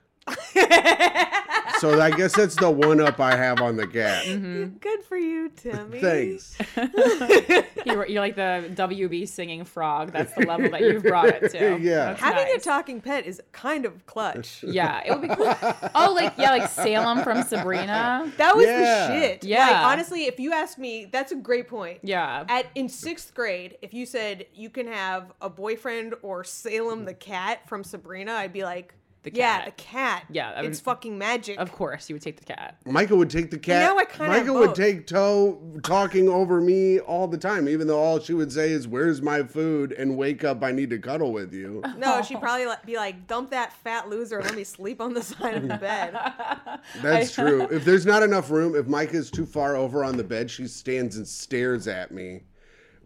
[SPEAKER 1] so I guess that's the one up I have on the cat.
[SPEAKER 3] Mm-hmm.
[SPEAKER 2] Good for you, Timmy.
[SPEAKER 1] Thanks.
[SPEAKER 3] you're, you're like the WB singing frog. That's the level that you've brought it to.
[SPEAKER 1] Yeah.
[SPEAKER 3] That's
[SPEAKER 2] Having
[SPEAKER 3] nice.
[SPEAKER 2] a talking pet is kind of clutch.
[SPEAKER 3] Yeah, it would be cool. Oh, like yeah, like Salem from Sabrina.
[SPEAKER 2] That was
[SPEAKER 1] Yeah.
[SPEAKER 2] the shit. Like,
[SPEAKER 3] Yeah.
[SPEAKER 2] honestly, if you asked me, that's a great point.
[SPEAKER 3] Yeah.
[SPEAKER 2] At in sixth grade, if you said you can have a boyfriend or Salem the cat from Sabrina, I'd be like,
[SPEAKER 3] The
[SPEAKER 2] yeah,
[SPEAKER 3] cat.
[SPEAKER 2] the cat.
[SPEAKER 3] Yeah, I
[SPEAKER 2] it's
[SPEAKER 3] mean-
[SPEAKER 2] fucking magic.
[SPEAKER 3] Of course, you would take the cat.
[SPEAKER 1] Michael would take the cat.
[SPEAKER 2] know, I kinda
[SPEAKER 1] Micah
[SPEAKER 2] have
[SPEAKER 1] would
[SPEAKER 2] both.
[SPEAKER 1] take Toe talking over me all the time, even though all she would say is, Where's my food? and wake up, I need to cuddle with you.
[SPEAKER 2] no, she'd probably li- be like, dump that fat loser and let me sleep on the side of the bed.
[SPEAKER 1] That's true. If there's not enough room, if Micah's too far over on the bed, she stands and stares at me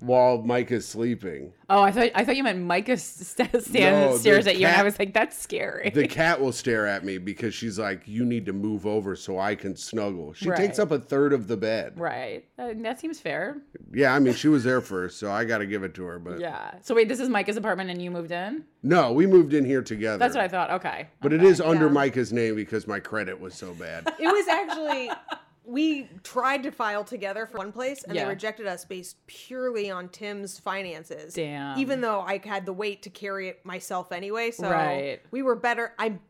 [SPEAKER 1] while Micah's sleeping.
[SPEAKER 3] Oh, I thought I thought you meant Micah st- stands
[SPEAKER 1] No, the
[SPEAKER 3] stares at you, and I
[SPEAKER 1] cat-
[SPEAKER 3] was like, that's scary.
[SPEAKER 1] The cat will stare at me because she's like, You need to move over so I can snuggle. She
[SPEAKER 3] Right.
[SPEAKER 1] takes up a third of the bed.
[SPEAKER 3] right. Uh, that seems fair.
[SPEAKER 1] Yeah, I mean, she was there first, so I got to give it to her. But
[SPEAKER 3] Yeah. So wait, this is Micah's apartment, and you moved in.
[SPEAKER 1] no, we moved in here together.
[SPEAKER 3] That's what I thought. Okay.
[SPEAKER 1] But it is under Micah's name because my credit was so bad.
[SPEAKER 2] It was actually we tried to file together for one place and
[SPEAKER 3] Yeah.
[SPEAKER 2] they rejected us based purely on Tim's finances.
[SPEAKER 3] Damn.
[SPEAKER 2] Even though I had the weight to carry it myself anyway, so
[SPEAKER 3] Right.
[SPEAKER 2] we were better I'm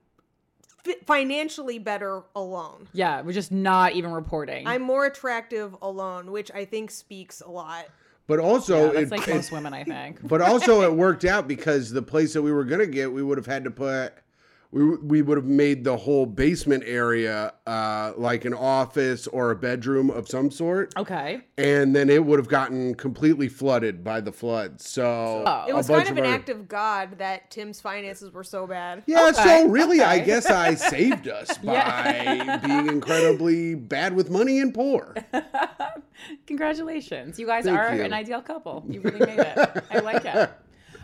[SPEAKER 2] fi- financially better alone.
[SPEAKER 3] Yeah, we're just not even reporting.
[SPEAKER 2] I'm more attractive alone, which I think speaks a lot.
[SPEAKER 1] But also,
[SPEAKER 3] That's
[SPEAKER 1] Oh, it,
[SPEAKER 3] like
[SPEAKER 1] it-
[SPEAKER 3] most women, I think.
[SPEAKER 1] but also it worked out because the place that we were gonna get, we would have had to put. We, we would have made the whole basement area uh, like an office or a bedroom of some sort,
[SPEAKER 3] Okay.
[SPEAKER 1] and then it would have gotten completely flooded by the flood. So
[SPEAKER 3] Oh.
[SPEAKER 2] It
[SPEAKER 1] a
[SPEAKER 2] was
[SPEAKER 1] bunch
[SPEAKER 2] kind of an
[SPEAKER 1] our-
[SPEAKER 2] act of God that Tim's finances were so bad.
[SPEAKER 1] Yeah,
[SPEAKER 3] Okay,
[SPEAKER 1] so really, I
[SPEAKER 3] okay.
[SPEAKER 1] guess I saved us by
[SPEAKER 3] Yeah.
[SPEAKER 1] being incredibly bad with money and poor.
[SPEAKER 3] Congratulations. You guys
[SPEAKER 1] Thank
[SPEAKER 3] are
[SPEAKER 1] you.
[SPEAKER 3] an ideal couple. You really made it. I like it.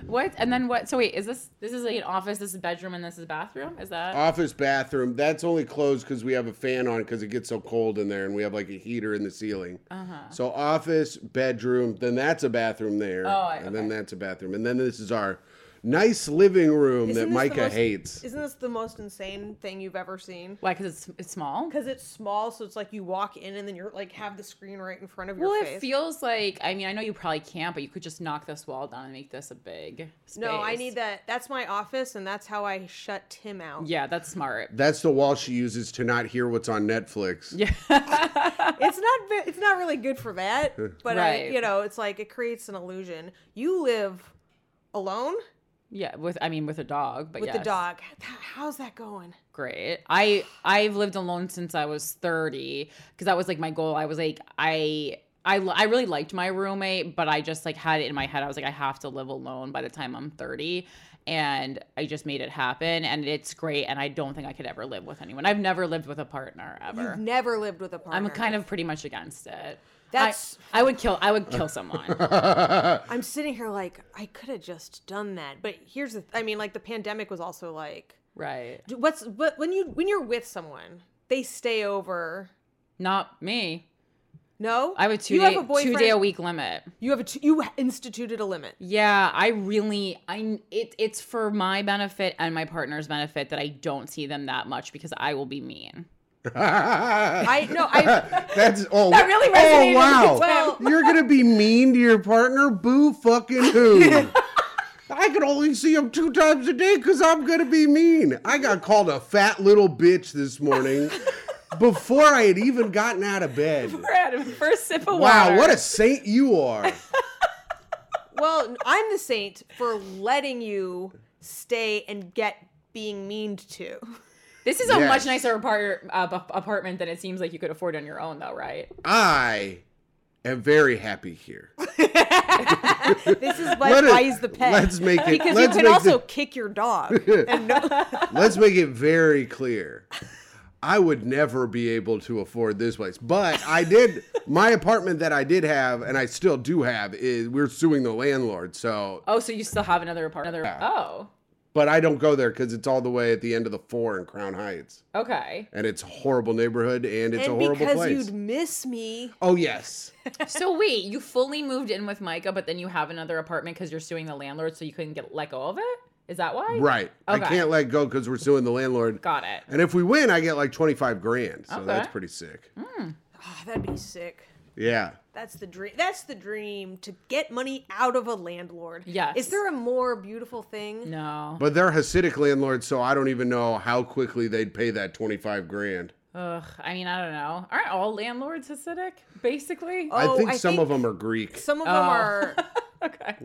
[SPEAKER 3] what? And then what? So wait, is this this is like an office? This is a bedroom, and this is a bathroom. Is that?
[SPEAKER 1] Office bathroom. That's only closed because we have a fan on because it gets so cold in there, and we have like a heater in the ceiling. Uh-huh. So office bedroom. Then that's a bathroom there,
[SPEAKER 3] I-
[SPEAKER 1] and then that's a bathroom, and then this is our nice living room
[SPEAKER 2] Isn't this
[SPEAKER 1] that
[SPEAKER 2] the
[SPEAKER 1] Micah
[SPEAKER 2] most-
[SPEAKER 1] hates.
[SPEAKER 2] Isn't this the most insane thing you've ever seen?
[SPEAKER 3] Why? Because it's it's small.
[SPEAKER 2] Because it's small, so it's like you walk in and then you're like have the screen right in front of your
[SPEAKER 3] Well, it
[SPEAKER 2] face.
[SPEAKER 3] feels like I mean I know you probably can't, but you could just knock this wall down and make this a big. Space.
[SPEAKER 2] no, I need that. That's my office, and that's how I shut Tim out.
[SPEAKER 3] Yeah, that's smart.
[SPEAKER 1] That's the wall she uses to not hear what's on Netflix.
[SPEAKER 3] Yeah.
[SPEAKER 2] it's not. ve- It's not really good for that. But I,
[SPEAKER 3] Right.
[SPEAKER 2] you know, it's like it creates an illusion. You live alone
[SPEAKER 3] yeah, with I mean with a dog, but
[SPEAKER 2] with the
[SPEAKER 3] yes.
[SPEAKER 2] dog. How's that going?
[SPEAKER 3] great. I I've lived alone since I was 30 because that was like my goal. I was like I I, l- I really liked my roommate, but I just like had it in my head. I was like, I have to live alone by the time I'm 30. And I just made it happen. And it's great. And I don't think I could ever live with anyone. I've never lived with a partner ever.
[SPEAKER 2] You've never lived with a partner.
[SPEAKER 3] I'm kind of pretty much against it.
[SPEAKER 2] That's-
[SPEAKER 3] I, I would kill I would kill someone.
[SPEAKER 2] I'm sitting here like I could have just done that. But here's the. Th- I mean, like the pandemic was also like.
[SPEAKER 3] right.
[SPEAKER 2] d- What's but when you when you're with someone, they stay over.
[SPEAKER 3] Not me.
[SPEAKER 2] No,
[SPEAKER 3] I have a two
[SPEAKER 2] You
[SPEAKER 3] day
[SPEAKER 2] have a
[SPEAKER 3] two
[SPEAKER 2] boyfriend-
[SPEAKER 3] day a week limit.
[SPEAKER 2] You have a two, you instituted a limit.
[SPEAKER 3] Yeah, I really I it it's for my benefit and my partner's benefit that I don't see them that much because I will be mean.
[SPEAKER 2] I no, I
[SPEAKER 1] That's oh
[SPEAKER 3] That really resonated
[SPEAKER 1] oh wow!
[SPEAKER 3] with me.
[SPEAKER 2] Well-
[SPEAKER 1] You're gonna be mean to your partner? Boo fucking who? I can only see him two times a day because I'm gonna be mean. I got called a fat little bitch this morning before I had even gotten out of bed.
[SPEAKER 3] First sip of
[SPEAKER 1] Wow, what a saint you are!
[SPEAKER 2] well, I'm the saint for letting you stay and get being meaned to.
[SPEAKER 3] This is a
[SPEAKER 1] Yes.
[SPEAKER 3] much nicer apart, uh, b- apartment than it seems like you could afford on your own though, right?
[SPEAKER 1] I am very happy here.
[SPEAKER 2] This is what
[SPEAKER 1] Let it-
[SPEAKER 2] buys the pet.
[SPEAKER 1] let's make it-
[SPEAKER 2] because
[SPEAKER 1] let's
[SPEAKER 2] you can
[SPEAKER 1] make
[SPEAKER 2] also
[SPEAKER 1] the-
[SPEAKER 2] kick your dog. And no,
[SPEAKER 1] Let's make it very clear. I would never be able to afford this place, but I did. My apartment that I did have, and I still do have, is we're suing the landlord. So,
[SPEAKER 3] Oh, so you still have another apartment. Oh.
[SPEAKER 1] but I don't go there because it's all the way at the end of the four in Crown Heights,
[SPEAKER 3] Okay.
[SPEAKER 1] and it's a horrible neighborhood, and it's a
[SPEAKER 2] and
[SPEAKER 1] horrible
[SPEAKER 2] because
[SPEAKER 1] place.
[SPEAKER 2] you'd miss me.
[SPEAKER 1] Oh yes,
[SPEAKER 3] So wait, you fully moved in with Micah, but then you have another apartment because you're suing the landlord, so you couldn't get let go of it. Is that why?
[SPEAKER 1] right. I
[SPEAKER 3] Okay.
[SPEAKER 1] can't let go because we're suing the landlord.
[SPEAKER 3] Got it.
[SPEAKER 1] And if we win, I get like twenty five grand. So
[SPEAKER 3] Okay. Hmm.
[SPEAKER 1] that's pretty sick.
[SPEAKER 2] Oh, that'd be sick.
[SPEAKER 1] Yeah.
[SPEAKER 2] That's the dream. That's the dream to get money out of a landlord.
[SPEAKER 3] Yes.
[SPEAKER 2] Is there a more beautiful thing?
[SPEAKER 3] No.
[SPEAKER 1] But they're Hasidic landlords, so I don't even know how quickly they'd pay that twenty five grand.
[SPEAKER 3] Ugh. I mean, I don't know. Aren't all landlords Hasidic? Basically.
[SPEAKER 2] Oh,
[SPEAKER 1] I think
[SPEAKER 2] I
[SPEAKER 1] some of
[SPEAKER 2] think-
[SPEAKER 1] them are Greek.
[SPEAKER 2] Some of them are
[SPEAKER 3] Okay.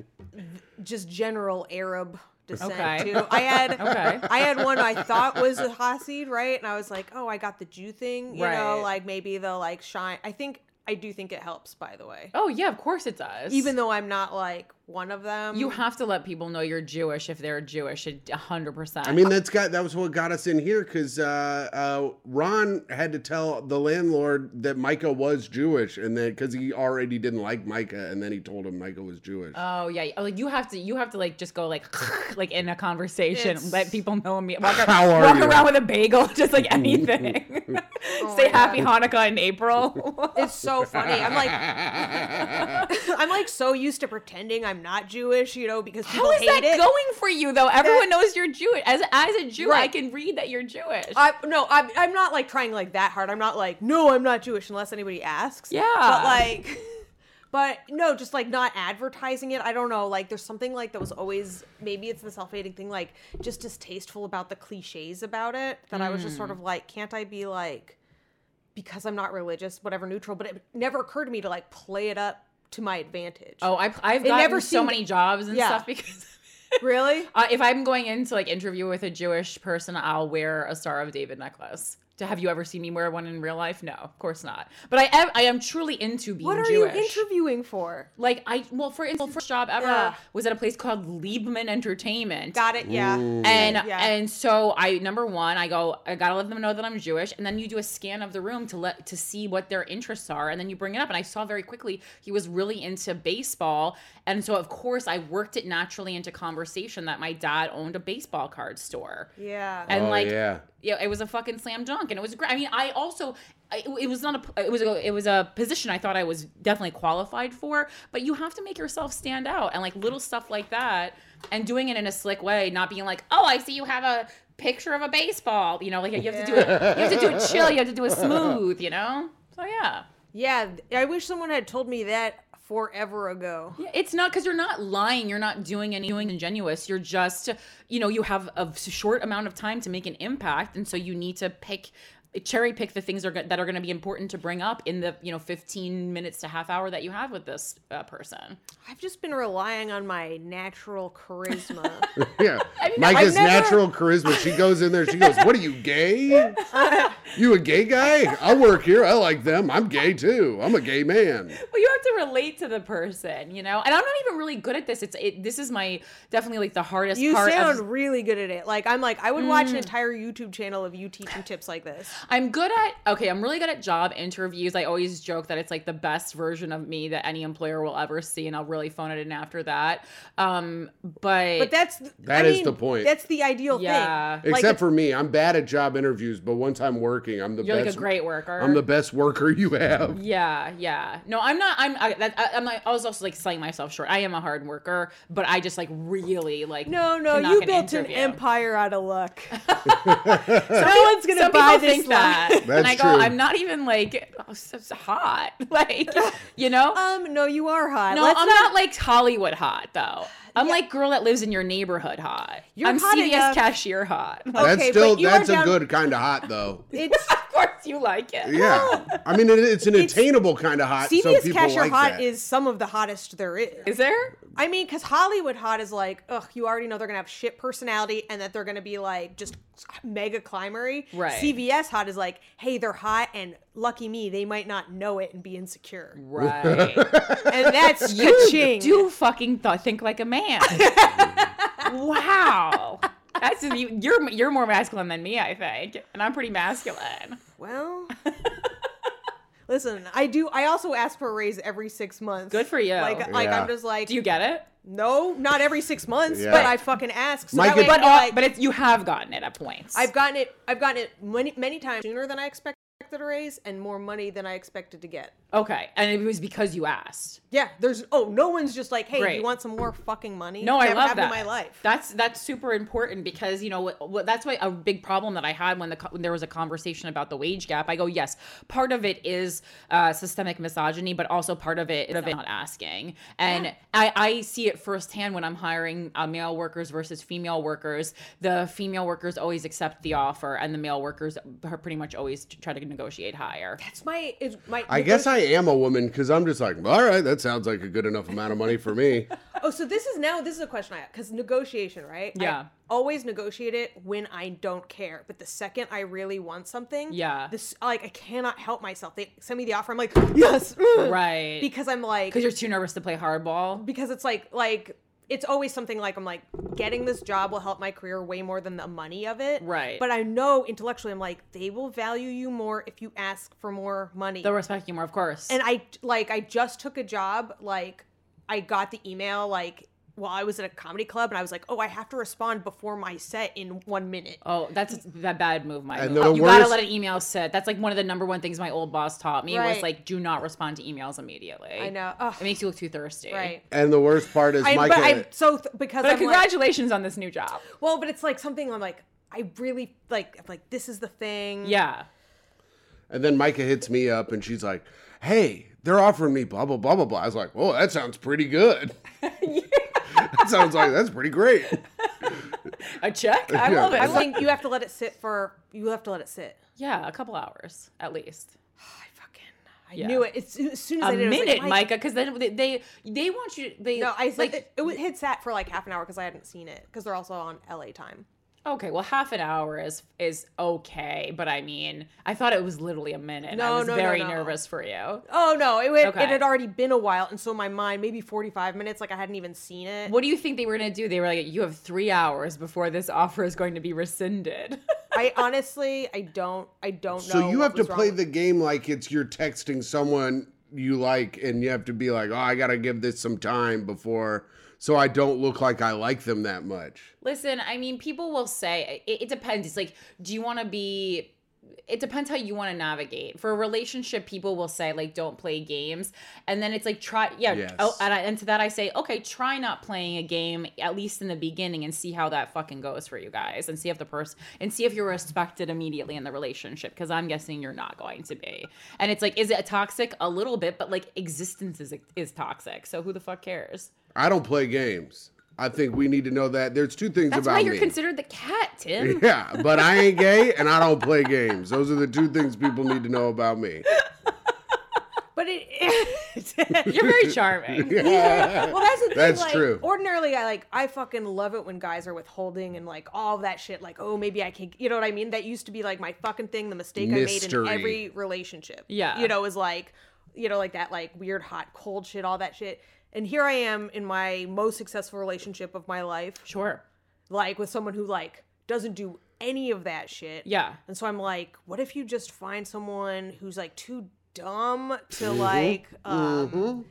[SPEAKER 2] just general Arab descent
[SPEAKER 3] Okay.
[SPEAKER 2] too. I had
[SPEAKER 3] Okay.
[SPEAKER 2] I had one I thought was a Hasid, right? And I was like, oh, I got the Jew thing, you know,
[SPEAKER 3] Right.
[SPEAKER 2] like maybe the like shine. I think I do think it helps, by the way,
[SPEAKER 3] Oh yeah, of course it does.
[SPEAKER 2] even though I'm not like one of them.
[SPEAKER 3] you have to let people know you're Jewish if they're Jewish, a hundred percent.
[SPEAKER 1] I mean, that's got that was what got us in here because uh, uh, Ron had to tell the landlord that Micah was Jewish, and then because he already didn't like Micah, and then he told him Micah was Jewish.
[SPEAKER 3] Oh yeah, oh, like you have to, you have to like just go like, like in a conversation,
[SPEAKER 2] It's-
[SPEAKER 3] let people know me. Walk, ar-
[SPEAKER 1] How are
[SPEAKER 3] walk
[SPEAKER 1] you?
[SPEAKER 3] around with a bagel, just like anything. Say
[SPEAKER 2] my
[SPEAKER 3] Happy Hanukkah in April.
[SPEAKER 2] it's so funny. I'm like, I'm like so used to pretending I'm not Jewish, you know, because people
[SPEAKER 3] How is
[SPEAKER 2] hate
[SPEAKER 3] that
[SPEAKER 2] it.
[SPEAKER 3] going for you though? Everyone knows you're Jewish. As as a Jew, I
[SPEAKER 2] Right.
[SPEAKER 3] can read that you're Jewish.
[SPEAKER 2] I, no, I'm, I'm not like trying like that hard. I'm not like, no, I'm not Jewish unless anybody asks.
[SPEAKER 3] Yeah.
[SPEAKER 2] But like, but no, just like not advertising it. I don't know. Like, there's something like that was always, maybe it's the self hating thing, like just distasteful about the cliches about it that I was just
[SPEAKER 3] Hmm.
[SPEAKER 2] sort of like, can't I be like, because I'm not religious, whatever, neutral? But it never occurred to me to like play it up to my advantage.
[SPEAKER 3] oh, I, I've
[SPEAKER 2] It
[SPEAKER 3] gotten
[SPEAKER 2] never
[SPEAKER 3] so
[SPEAKER 2] seemed-
[SPEAKER 3] many jobs and
[SPEAKER 2] Yeah.
[SPEAKER 3] stuff because.
[SPEAKER 2] really?
[SPEAKER 3] Uh, if I'm going into like interview with a Jewish person, I'll wear a Star of David necklace to have you ever seen me wear one in real life? No, of course not. But I am, I am truly into being
[SPEAKER 2] What are
[SPEAKER 3] Jewish.
[SPEAKER 2] you interviewing for?
[SPEAKER 3] like I well, for instance, first job ever
[SPEAKER 2] Yeah.
[SPEAKER 3] was at a place called Liebman Entertainment.
[SPEAKER 2] Got it? Yeah.
[SPEAKER 3] And
[SPEAKER 2] Yeah.
[SPEAKER 3] and so I number one, I go, I gotta let them know that I'm Jewish, and then you do a scan of the room to let to see what their interests are, and then you bring it up. And I saw very quickly he was really into baseball, and so of course I worked it naturally into conversation that my dad owned a baseball card store.
[SPEAKER 2] Yeah.
[SPEAKER 3] And
[SPEAKER 1] Oh,
[SPEAKER 3] like,
[SPEAKER 1] yeah.
[SPEAKER 3] yeah. it was a fucking slam dunk, and it was great. I mean, I also, I, it- it was not a, it was a, it was a position I thought I was definitely qualified for, but you have to make yourself stand out, and like little stuff like that, and doing it in a slick way, not being like, oh, I see you have a picture of a baseball, you know, like you have to do it, you have to do it chill, you have to do it smooth, you know. So yeah.
[SPEAKER 2] yeah. th- I wish someone had told me that forever ago.
[SPEAKER 3] Yeah, It's not because you're not lying. You're not doing anything ingenuous. You're just, you know, you have a short amount of time to make an impact, and so you need to pick, cherry pick the things are, go- that are going to be important to bring up in the, you know, 15 minutes to half hour that you have with this uh, person.
[SPEAKER 2] I've just been relying on my natural charisma.
[SPEAKER 1] Yeah. Micah's natural charisma. She goes in there. She goes, What are you, gay? you a gay guy? I work here. I like them. I'm gay too. I'm a gay man.
[SPEAKER 3] Well, you have to relate to the person, you know. And I'm not even really good at this. It's it, this is my definitely like the hardest
[SPEAKER 2] you
[SPEAKER 3] part.
[SPEAKER 2] sound
[SPEAKER 3] of, Mm.
[SPEAKER 2] really good at it. Like I'm like I would watch an entire YouTube channel of you teaching tips like this.
[SPEAKER 3] I'm good at okay, I'm really good at job interviews. I always joke that it's like the best version of me that any employer will ever see, and I'll really phone it in after that. Um, but,
[SPEAKER 2] But that's th-
[SPEAKER 1] That
[SPEAKER 2] I
[SPEAKER 1] is
[SPEAKER 2] mean,
[SPEAKER 1] the point.
[SPEAKER 2] That's the ideal
[SPEAKER 3] yeah,
[SPEAKER 1] Except for me. I'm bad at job interviews, but once I'm working, I'm the
[SPEAKER 3] you're
[SPEAKER 1] best.
[SPEAKER 3] like a great worker.
[SPEAKER 1] I'm the best worker you have.
[SPEAKER 3] yeah, yeah. No, I'm not. I'm. I, that, I, I'm like. I was also like selling myself short. I am a hard worker, but I just like really like.
[SPEAKER 2] thing. No, no,
[SPEAKER 3] can knock
[SPEAKER 2] you built
[SPEAKER 3] interview.
[SPEAKER 2] an empire out of luck. no one's gonna
[SPEAKER 3] Some
[SPEAKER 2] buy
[SPEAKER 3] people
[SPEAKER 2] this
[SPEAKER 3] think
[SPEAKER 2] lie.
[SPEAKER 3] that, and I
[SPEAKER 1] That's
[SPEAKER 3] go,
[SPEAKER 1] true.
[SPEAKER 3] I'm not even like oh, so so hot, like you know.
[SPEAKER 2] Um, no, you are hot.
[SPEAKER 3] No,
[SPEAKER 2] Let's
[SPEAKER 3] I'm not, like Hollywood hot though. I'm like girl that lives in your neighborhood hot.
[SPEAKER 2] You're
[SPEAKER 3] I'm
[SPEAKER 2] hot
[SPEAKER 3] CVS
[SPEAKER 2] enough-
[SPEAKER 3] cashier hot. Like,
[SPEAKER 1] That's
[SPEAKER 2] Okay,
[SPEAKER 1] still
[SPEAKER 2] but you are
[SPEAKER 1] that's a
[SPEAKER 2] down-
[SPEAKER 1] good kind of hot though.
[SPEAKER 2] It's
[SPEAKER 3] of course you like it.
[SPEAKER 1] Yeah. I mean it, it's an attainable kind of hot. so
[SPEAKER 2] CVS
[SPEAKER 1] people
[SPEAKER 2] cashier
[SPEAKER 1] like
[SPEAKER 2] hot
[SPEAKER 1] that.
[SPEAKER 2] is some of the hottest there is.
[SPEAKER 3] Is there?
[SPEAKER 2] I mean, because Hollywood hot is like, ugh, you already know they're gonna have shit personality and that they're gonna be like just mega climbery.
[SPEAKER 3] Right.
[SPEAKER 2] CVS hot is like, hey, they're hot, and lucky me, they might not know it and be insecure.
[SPEAKER 3] Right.
[SPEAKER 2] And that's
[SPEAKER 3] you
[SPEAKER 2] ka-ching.
[SPEAKER 3] do fucking th- think like a man. wow. That's you- you're you're more masculine than me, I think, and I'm pretty masculine.
[SPEAKER 2] Well. Listen, I do. I also ask for a raise every six months.
[SPEAKER 3] Good for you.
[SPEAKER 2] Like, like
[SPEAKER 1] Yeah.
[SPEAKER 2] I'm just like,
[SPEAKER 3] Do you get it?
[SPEAKER 2] no, not every six months,
[SPEAKER 1] Yeah.
[SPEAKER 2] but I fucking ask. So
[SPEAKER 1] Mike,
[SPEAKER 2] that way I
[SPEAKER 1] it-
[SPEAKER 2] can
[SPEAKER 3] But
[SPEAKER 2] be
[SPEAKER 3] all,
[SPEAKER 2] like,
[SPEAKER 3] but it's you have gotten it at points.
[SPEAKER 2] I've gotten it. I've gotten it many many times sooner than I expected a raise, and more money than I expected to get.
[SPEAKER 3] okay, and it was because you asked.
[SPEAKER 2] Yeah, there's oh, no one's just like, hey,
[SPEAKER 3] Great.
[SPEAKER 2] you want some more fucking money?
[SPEAKER 3] No, I
[SPEAKER 2] Never
[SPEAKER 3] love
[SPEAKER 2] happened In
[SPEAKER 3] that.
[SPEAKER 2] my life,
[SPEAKER 3] That's that's super important because you know what, what, that's why a big problem that I had when the co- when there was a conversation about the wage gap. I go, yes, part of it is uh, systemic misogyny, but also part of it is not asking. And I, I see it firsthand when I'm hiring uh, male workers versus female workers. The female workers always accept the offer, and the male workers are pretty much always t- try to negotiate higher.
[SPEAKER 2] it's my it's my.
[SPEAKER 1] I guess I am a woman because I'm just like, all right, that sounds like a good enough amount of money for me.
[SPEAKER 2] Oh, so this is now this is a question I have because negotiation, right? I
[SPEAKER 3] Yeah.
[SPEAKER 2] always negotiate it when I don't care, but the second I really want something,
[SPEAKER 3] Yeah.
[SPEAKER 2] this like I cannot help myself. They send me the offer, I'm like, yes, mm,
[SPEAKER 3] Right.
[SPEAKER 2] because I'm like
[SPEAKER 3] Because you're too nervous to play hardball.
[SPEAKER 2] because it's like like it's always something like I'm like getting this job will help my career way more than the money of it.
[SPEAKER 3] Right.
[SPEAKER 2] But I know intellectually I'm like they will value you more if you ask for more money.
[SPEAKER 3] They'll respect you more, of course.
[SPEAKER 2] and I like I just took a job like I got the email like while I was at a comedy club and I was like, "Oh, I have to respond before my set in 1 minute."
[SPEAKER 3] Oh, that's that bad move, Mike.
[SPEAKER 1] And
[SPEAKER 3] you
[SPEAKER 1] the
[SPEAKER 3] gotta
[SPEAKER 1] worst-
[SPEAKER 3] let an email sit. That's like one of the number one things my old boss taught me
[SPEAKER 2] Right.
[SPEAKER 3] was like, do not respond to emails immediately.
[SPEAKER 2] I know. Ugh.
[SPEAKER 3] It makes you look too thirsty.
[SPEAKER 2] right.
[SPEAKER 1] And the worst part is,
[SPEAKER 2] I,
[SPEAKER 1] Micah.
[SPEAKER 2] but I'm so th- because
[SPEAKER 3] But
[SPEAKER 2] I'm like,
[SPEAKER 3] congratulations on this new job.
[SPEAKER 2] well, but it's like something I'm like I really like I'm like this is the thing.
[SPEAKER 3] Yeah.
[SPEAKER 1] And then Micah hits me up and she's like, hey, they're offering me blah, blah, blah, blah, blah. I was like, whoa, that sounds pretty good. that sounds like that's pretty great.
[SPEAKER 3] A check? I
[SPEAKER 1] Yeah.
[SPEAKER 3] love it.
[SPEAKER 2] I think you have to let it sit for you have to let it sit.
[SPEAKER 3] yeah, a couple hours at least.
[SPEAKER 2] I fucking I
[SPEAKER 3] Yeah.
[SPEAKER 2] knew it. It's, as soon as I
[SPEAKER 3] A
[SPEAKER 2] did it, I was
[SPEAKER 3] minute,
[SPEAKER 2] like,
[SPEAKER 3] Micah, because then they, they they want you. They
[SPEAKER 2] No, I said
[SPEAKER 3] like.
[SPEAKER 2] it, it was- it sat for like half an hour because I hadn't seen it because they're also on LA time.
[SPEAKER 3] Okay, well, half an hour is is okay, but I mean, I thought it was literally a minute.
[SPEAKER 2] No,
[SPEAKER 3] I was
[SPEAKER 2] no, no,
[SPEAKER 3] very
[SPEAKER 2] no.
[SPEAKER 3] nervous for you.
[SPEAKER 2] Oh no, it, had-
[SPEAKER 3] Okay.
[SPEAKER 2] it had already been a while, and so in my mind, maybe forty-five minutes, like I hadn't even seen it.
[SPEAKER 3] What do you think they were gonna do? They were like, "You have three hours before this offer is going to be rescinded."
[SPEAKER 2] I honestly, I don't, I don't know.
[SPEAKER 1] So you
[SPEAKER 2] what
[SPEAKER 1] have to
[SPEAKER 2] was wrong
[SPEAKER 1] play
[SPEAKER 2] with-
[SPEAKER 1] the game like it's you're texting someone you like, and you have to be like, oh, I gotta give this some time before, so I don't look like I like them that much.
[SPEAKER 3] Listen, I mean, people will say it, it depends. It's like, do you want to be? It depends how you want to navigate. For a relationship, people will say like, don't play games, and then it's like try, yeah.
[SPEAKER 1] Yes.
[SPEAKER 3] Oh, and, I, and to that I say, okay, try not playing a game at least in the beginning, and see how that fucking goes for you guys, and see if the person and see if you're respected immediately in the relationship. Because I'm guessing you're not going to be. And it's like, is it toxic? A little bit, but like existence is is toxic. So who the fuck cares?
[SPEAKER 1] I don't play games. I think we need to know that. There's two things
[SPEAKER 3] That's
[SPEAKER 1] about
[SPEAKER 3] why you're
[SPEAKER 1] me.
[SPEAKER 3] considered the cat, Tim.
[SPEAKER 1] yeah, but I ain't gay and I don't play games. Those are the two things people need to know about me.
[SPEAKER 2] But it,
[SPEAKER 3] You're very charming.
[SPEAKER 1] Yeah.
[SPEAKER 2] well, that's the thing.
[SPEAKER 1] That's
[SPEAKER 2] like,
[SPEAKER 1] true.
[SPEAKER 2] Ordinarily, I like, I fucking love it when guys are withholding and like all that shit. Like, oh, maybe I can, you know what I mean? That used to be like my fucking thing. The mistake I
[SPEAKER 1] Mystery.
[SPEAKER 2] made in every relationship.
[SPEAKER 3] Yeah.
[SPEAKER 2] you know, is like, you know, like that like weird hot cold shit, all that shit. And here I am in my most successful relationship of my life,
[SPEAKER 3] Sure.
[SPEAKER 2] like with someone who like doesn't do any of that shit.
[SPEAKER 3] Yeah.
[SPEAKER 2] And so I'm like, what if you just find someone who's like too dumb to
[SPEAKER 1] Mm-hmm.
[SPEAKER 2] like um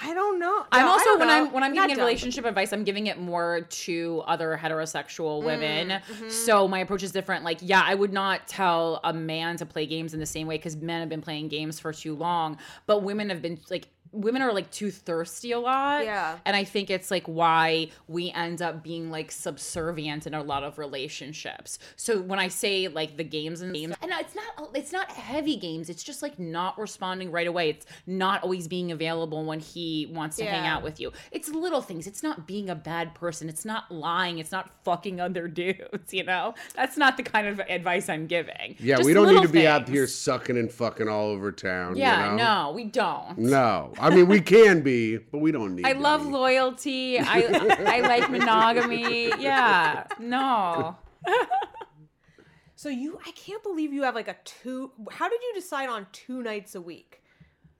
[SPEAKER 2] I don't know. No,
[SPEAKER 3] I'm
[SPEAKER 2] I
[SPEAKER 3] also
[SPEAKER 2] don't
[SPEAKER 3] when
[SPEAKER 2] know.
[SPEAKER 3] I'm when I'm
[SPEAKER 2] Not
[SPEAKER 3] giving
[SPEAKER 2] dumb.
[SPEAKER 3] relationship advice, I'm giving it more to other
[SPEAKER 2] Mm,
[SPEAKER 3] heterosexual women.
[SPEAKER 2] mm-hmm.
[SPEAKER 3] So my approach is different. Like, yeah, I would not tell a man to play games in the same way because men have been playing games for too long. But women have been like women are like too thirsty a lot.
[SPEAKER 2] Yeah.
[SPEAKER 3] And I think it's like why we end up being like subservient in a lot of relationships. So when I say like the games and games, and it's not it's not heavy games. It's just like not responding right away. It's not always being available when he wants to hang
[SPEAKER 2] Yeah.
[SPEAKER 3] out with you. It's little things. It's not being a bad person. It's not lying. It's not fucking other dudes. You know, that's not the kind of advice I'm giving.
[SPEAKER 1] Yeah,
[SPEAKER 3] Just
[SPEAKER 1] we don't need
[SPEAKER 3] little
[SPEAKER 1] to be out
[SPEAKER 3] things.
[SPEAKER 1] here sucking and fucking all over town.
[SPEAKER 3] Yeah,
[SPEAKER 1] you know?
[SPEAKER 3] no, we don't.
[SPEAKER 1] No. I mean, we can be, but we don't need
[SPEAKER 3] I
[SPEAKER 1] to
[SPEAKER 3] love
[SPEAKER 1] be.
[SPEAKER 3] loyalty. I I like monogamy. Yeah. No.
[SPEAKER 2] So you I can't believe you have like a two how did you decide on two nights a week?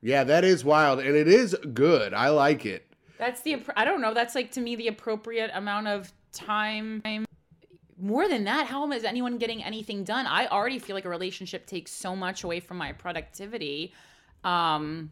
[SPEAKER 1] Yeah, that is wild. And it is good. I like it.
[SPEAKER 3] That's the appro- I don't know, that's like to me the appropriate amount of time. More than that, how is anyone getting anything done? I already feel like a relationship takes so much away from my productivity. Um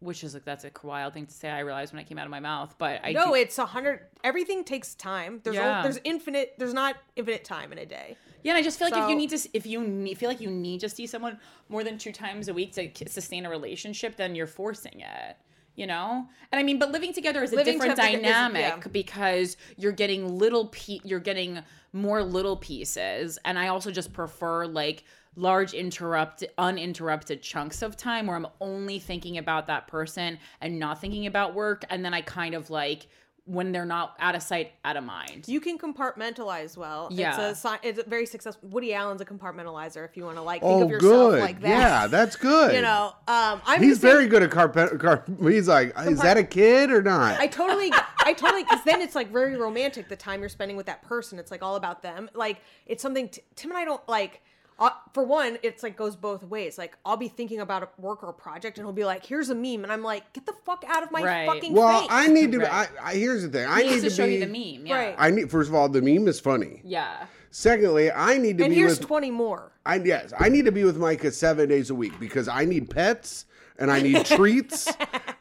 [SPEAKER 3] which is like that's a wild thing to say. I realized when I came out of my mouth, but I do-
[SPEAKER 2] No, it's a hundred everything takes time. There's al-
[SPEAKER 3] Yeah.
[SPEAKER 2] there's infinite there's not infinite time in a day.
[SPEAKER 3] Yeah, and I just feel like if
[SPEAKER 2] So-
[SPEAKER 3] you need to, s- if you need, feel like you need to see someone more than two times a week to k- sustain a relationship, then you're forcing it. You know, and I mean, but living together is a
[SPEAKER 2] Living
[SPEAKER 3] different
[SPEAKER 2] together is-
[SPEAKER 3] dynamic
[SPEAKER 2] yeah.
[SPEAKER 3] because you're getting little pe- you're getting more little pieces, and I also just prefer like large interrupt uninterrupted chunks of time where I'm only thinking about that person and not thinking about work, and then I kind of like when they're not out of sight, out of mind.
[SPEAKER 2] You can compartmentalize well.
[SPEAKER 3] Yeah.
[SPEAKER 2] It's a si- it's a very successful Woody Allen's a compartmentalizer if you want to like think
[SPEAKER 1] Oh,
[SPEAKER 2] of yourself
[SPEAKER 1] good.
[SPEAKER 2] like that.
[SPEAKER 1] Yeah, that's good.
[SPEAKER 2] you know, um, I'm
[SPEAKER 1] He's
[SPEAKER 2] the same-
[SPEAKER 1] very good at carpet. Car- he's like, is that a kid or not?
[SPEAKER 2] I totally, I totally, because then it's like very romantic the time you're spending with that person. It's like all about them. Like it's something t- Tim and I don't like. Uh, for one, it's like goes both ways. Like I'll be thinking about a work or a project, and he'll be like, "Here's a meme," and I'm like, "Get the fuck out of my
[SPEAKER 3] Right.
[SPEAKER 2] fucking
[SPEAKER 1] well,
[SPEAKER 2] face!"
[SPEAKER 1] I need to.
[SPEAKER 3] Right.
[SPEAKER 1] I, I here's the thing. I
[SPEAKER 3] He
[SPEAKER 1] need
[SPEAKER 3] needs
[SPEAKER 1] to
[SPEAKER 3] to show
[SPEAKER 1] be,
[SPEAKER 3] you the meme, yeah.
[SPEAKER 2] Right.
[SPEAKER 1] I need first of all, the meme is funny.
[SPEAKER 3] Yeah.
[SPEAKER 1] Secondly, I need to
[SPEAKER 2] and
[SPEAKER 1] be
[SPEAKER 2] here's
[SPEAKER 1] with.
[SPEAKER 2] twenty more.
[SPEAKER 1] I yes, I need to be with Micah seven days a week because I need pets and I need treats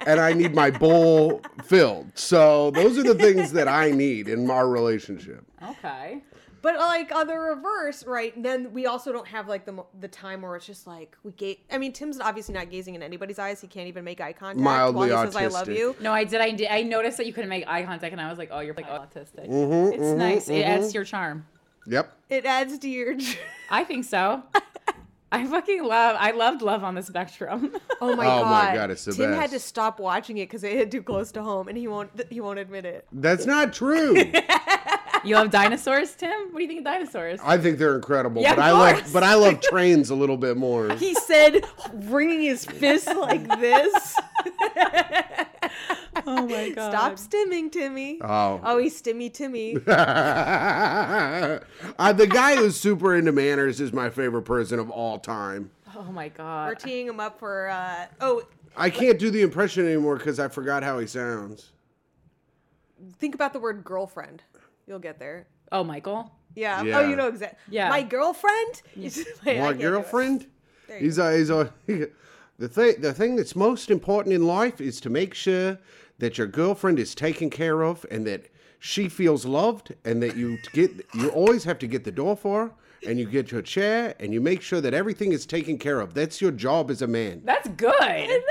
[SPEAKER 1] and I need my bowl filled. So those are the things that I need in our relationship.
[SPEAKER 3] Okay.
[SPEAKER 2] But like on the reverse, right? Then we also don't have like the mo- the time where it's just like we gate. I mean, Tim's obviously not gazing in anybody's eyes. He can't even make eye contact
[SPEAKER 1] Mildly
[SPEAKER 2] while he says, "I love
[SPEAKER 1] autistic.
[SPEAKER 2] you."
[SPEAKER 3] No, I did. I did. I noticed that you couldn't make eye contact, and I was like, "Oh, you're like autistic." it's nice. It adds to your charm.
[SPEAKER 1] Yep.
[SPEAKER 2] It adds to your.
[SPEAKER 3] I think so. I fucking love. I loved love on the spectrum.
[SPEAKER 2] Oh my
[SPEAKER 1] Oh
[SPEAKER 2] god!
[SPEAKER 1] my God, it's the
[SPEAKER 2] Tim had
[SPEAKER 1] best.
[SPEAKER 2] to stop watching it because it hit too close to home, and he won't he won't admit it.
[SPEAKER 1] That's not true.
[SPEAKER 3] you love dinosaurs, Tim. What do you think of dinosaurs?
[SPEAKER 1] I think they're incredible,
[SPEAKER 3] Yeah,
[SPEAKER 1] but
[SPEAKER 3] of
[SPEAKER 1] I love
[SPEAKER 3] course.
[SPEAKER 1] but I love trains a little bit more.
[SPEAKER 2] He said, wringing his fist like this.
[SPEAKER 3] Oh my god.
[SPEAKER 2] Stop stimming, Timmy.
[SPEAKER 1] Oh.
[SPEAKER 2] Oh, he's stimmy Timmy.
[SPEAKER 1] uh, the guy who's super into manners is my favorite person of all time.
[SPEAKER 3] Oh my
[SPEAKER 2] We're
[SPEAKER 3] god.
[SPEAKER 2] teeing him up for. Uh, oh,
[SPEAKER 1] I can't do the impression anymore because I forgot how he sounds.
[SPEAKER 2] think about the word girlfriend. You'll get there.
[SPEAKER 3] Oh, Michael.
[SPEAKER 2] Yeah.
[SPEAKER 1] Yeah.
[SPEAKER 2] Oh, you know exactly.
[SPEAKER 3] Yeah.
[SPEAKER 2] My girlfriend. You just- I
[SPEAKER 1] My
[SPEAKER 2] can't do it.
[SPEAKER 1] girlfriend.
[SPEAKER 2] There you
[SPEAKER 1] He's a, he's a, the thing. The thing that's most important in life is to make sure that your girlfriend is taken care of and that she feels loved and that you t- get. You always have to get the door for her and you get your chair and you make sure that everything is taken care of. That's your job as a man.
[SPEAKER 3] That's good.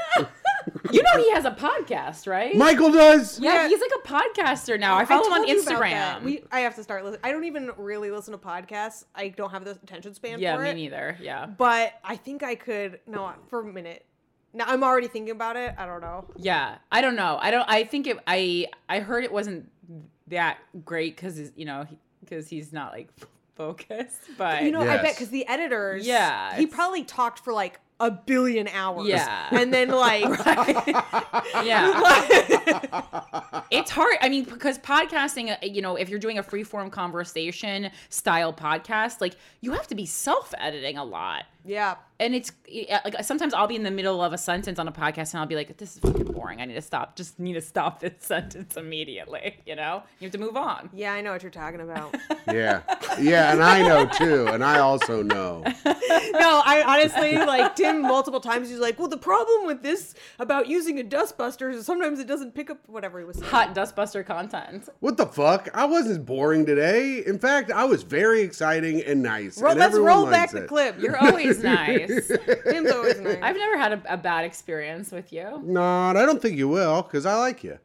[SPEAKER 3] you know he has a podcast, right?
[SPEAKER 1] Michael does.
[SPEAKER 3] yeah,
[SPEAKER 2] Yeah.
[SPEAKER 3] he's like a podcaster now. I follow him on
[SPEAKER 2] told you about that.
[SPEAKER 3] Instagram.
[SPEAKER 2] We, I have to start listening. I don't even really listen to podcasts. I don't have the attention span
[SPEAKER 3] yeah,
[SPEAKER 2] for
[SPEAKER 3] me
[SPEAKER 2] it.
[SPEAKER 3] neither. Yeah.
[SPEAKER 2] But I think I could. No, for a minute. Now I'm already thinking about it. I don't know.
[SPEAKER 3] Yeah, I don't know. I don't. I think it. I I heard it wasn't that great because you know because he's not like focused. But
[SPEAKER 2] You know, I bet
[SPEAKER 1] Yes.
[SPEAKER 2] because the editors.
[SPEAKER 3] Yeah,
[SPEAKER 2] He
[SPEAKER 3] it's-
[SPEAKER 2] probably talked for like a billion hours.
[SPEAKER 3] Yeah.
[SPEAKER 2] And then like.
[SPEAKER 3] yeah, it's hard. I mean, because podcasting, uh, you know, if you're doing a free form conversation style podcast, like you have to be self editing a lot.
[SPEAKER 2] yeah.
[SPEAKER 3] and it's yeah, like sometimes I'll be in the middle of a sentence on a podcast and I'll be like, "This is fucking boring. I need to stop. Just need to stop this sentence immediately." You know, you have to move on.
[SPEAKER 2] Yeah, I know what you're talking about.
[SPEAKER 1] Yeah. Yeah, and I know too, and I also know.
[SPEAKER 2] no, I honestly like Tim multiple times. He's like, "Well, the problem with this about using a dustbuster is sometimes it doesn't pick up whatever he was saying."
[SPEAKER 3] Hot dustbuster content.
[SPEAKER 1] What the fuck? I wasn't boring today. In fact, I was very exciting and nice.
[SPEAKER 2] Roll,
[SPEAKER 1] and
[SPEAKER 2] let's
[SPEAKER 1] everyone
[SPEAKER 2] roll
[SPEAKER 1] likes
[SPEAKER 2] back the
[SPEAKER 1] it.
[SPEAKER 2] clip. You're
[SPEAKER 3] You're always nice.
[SPEAKER 2] Tim's always nice.
[SPEAKER 3] I've never had a, a bad experience with you.
[SPEAKER 1] No, and I don't think you will, because I like you.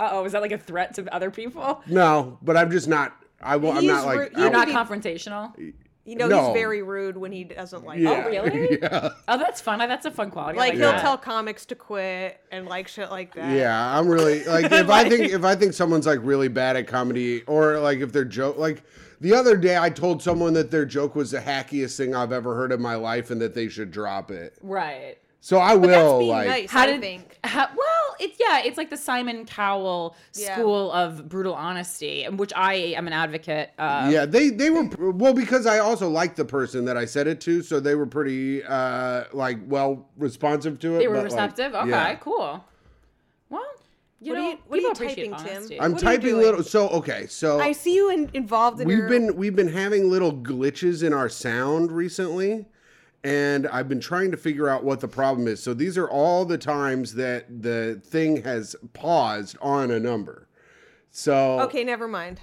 [SPEAKER 3] Uh oh, is that like a threat to other people?
[SPEAKER 1] No, but I'm just not. I will. I'm
[SPEAKER 2] He's
[SPEAKER 1] not
[SPEAKER 2] ru-
[SPEAKER 1] like.
[SPEAKER 2] he
[SPEAKER 1] I-
[SPEAKER 3] You're not
[SPEAKER 2] be- E
[SPEAKER 3] confrontational.
[SPEAKER 2] you know,
[SPEAKER 1] No.
[SPEAKER 2] he's very rude when he doesn't like.
[SPEAKER 1] yeah.
[SPEAKER 2] Oh, really?
[SPEAKER 3] really?
[SPEAKER 1] Yeah.
[SPEAKER 3] Oh, that's fun. I- That's a fun quality. I
[SPEAKER 2] Like
[SPEAKER 1] Yeah.
[SPEAKER 2] he'll tell comics to quit and like shit like that.
[SPEAKER 1] Yeah, I'm really like if I think if I think someone's like really bad at comedy or like if their joke like the other day I told someone that their joke was the hackiest thing I've ever heard in my life and that they should drop it.
[SPEAKER 3] Right.
[SPEAKER 1] So I will
[SPEAKER 2] that's being
[SPEAKER 1] like
[SPEAKER 2] nice. I think.
[SPEAKER 3] how- well, it's yeah, it's like the Simon Cowell
[SPEAKER 2] Yeah.
[SPEAKER 3] school of brutal honesty, in which I am an advocate. Uh,
[SPEAKER 1] Yeah, they they were well because I also liked the person that I said it to, so they were pretty uh like well responsive to it.
[SPEAKER 3] They were
[SPEAKER 1] but, like,
[SPEAKER 3] receptive. okay,
[SPEAKER 1] yeah.
[SPEAKER 3] cool. Well, you
[SPEAKER 2] What are
[SPEAKER 3] know,
[SPEAKER 2] you- what are
[SPEAKER 3] people
[SPEAKER 2] you
[SPEAKER 3] appreciate
[SPEAKER 2] typing, Tim?
[SPEAKER 3] honesty.
[SPEAKER 1] I'm
[SPEAKER 2] What are you
[SPEAKER 1] typing
[SPEAKER 2] doing?
[SPEAKER 1] little. So okay, so
[SPEAKER 2] I see you in, involved in.
[SPEAKER 1] we've
[SPEAKER 2] your,
[SPEAKER 1] been we've been having little glitches in our sound recently, and I've been trying to figure out what the problem is. So these are all the times that the thing has paused on a number. So
[SPEAKER 2] Okay, never mind.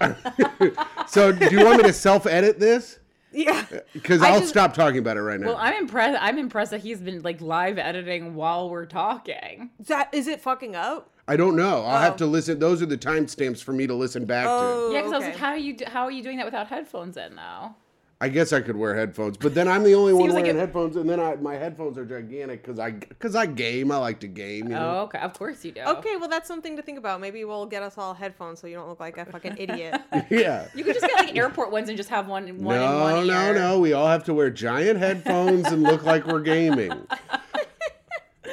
[SPEAKER 1] so do you want me to self edit this?
[SPEAKER 2] yeah.
[SPEAKER 1] Because
[SPEAKER 2] I
[SPEAKER 1] I'll
[SPEAKER 2] just-
[SPEAKER 1] stop talking about it right now.
[SPEAKER 3] well, I'm impressed. I'm impressed that he's been like live editing while we're talking.
[SPEAKER 2] Is that is it fucking up?
[SPEAKER 1] I don't know. I'll have
[SPEAKER 2] Oh.
[SPEAKER 1] to listen. Those are the timestamps for me to listen back
[SPEAKER 2] Oh,
[SPEAKER 1] to.
[SPEAKER 3] Yeah, because I was
[SPEAKER 2] okay.
[SPEAKER 3] like, how are you? do- How are you doing that without headphones in though?
[SPEAKER 1] I guess I could wear headphones, but then I'm the only one
[SPEAKER 2] Seems like
[SPEAKER 1] wearing
[SPEAKER 2] it-
[SPEAKER 1] headphones, and then I, my headphones are gigantic because I because I game. I like to game. You know?
[SPEAKER 3] Oh, okay. Of course you do.
[SPEAKER 2] Mm. Okay, well that's something to think about. Maybe we'll get us all headphones so you don't look like a fucking idiot.
[SPEAKER 1] Yeah.
[SPEAKER 3] You could just get like airport ones and just have one in one in one
[SPEAKER 1] No, no,
[SPEAKER 3] ear.
[SPEAKER 1] no. We all have to wear giant headphones and look like we're gaming.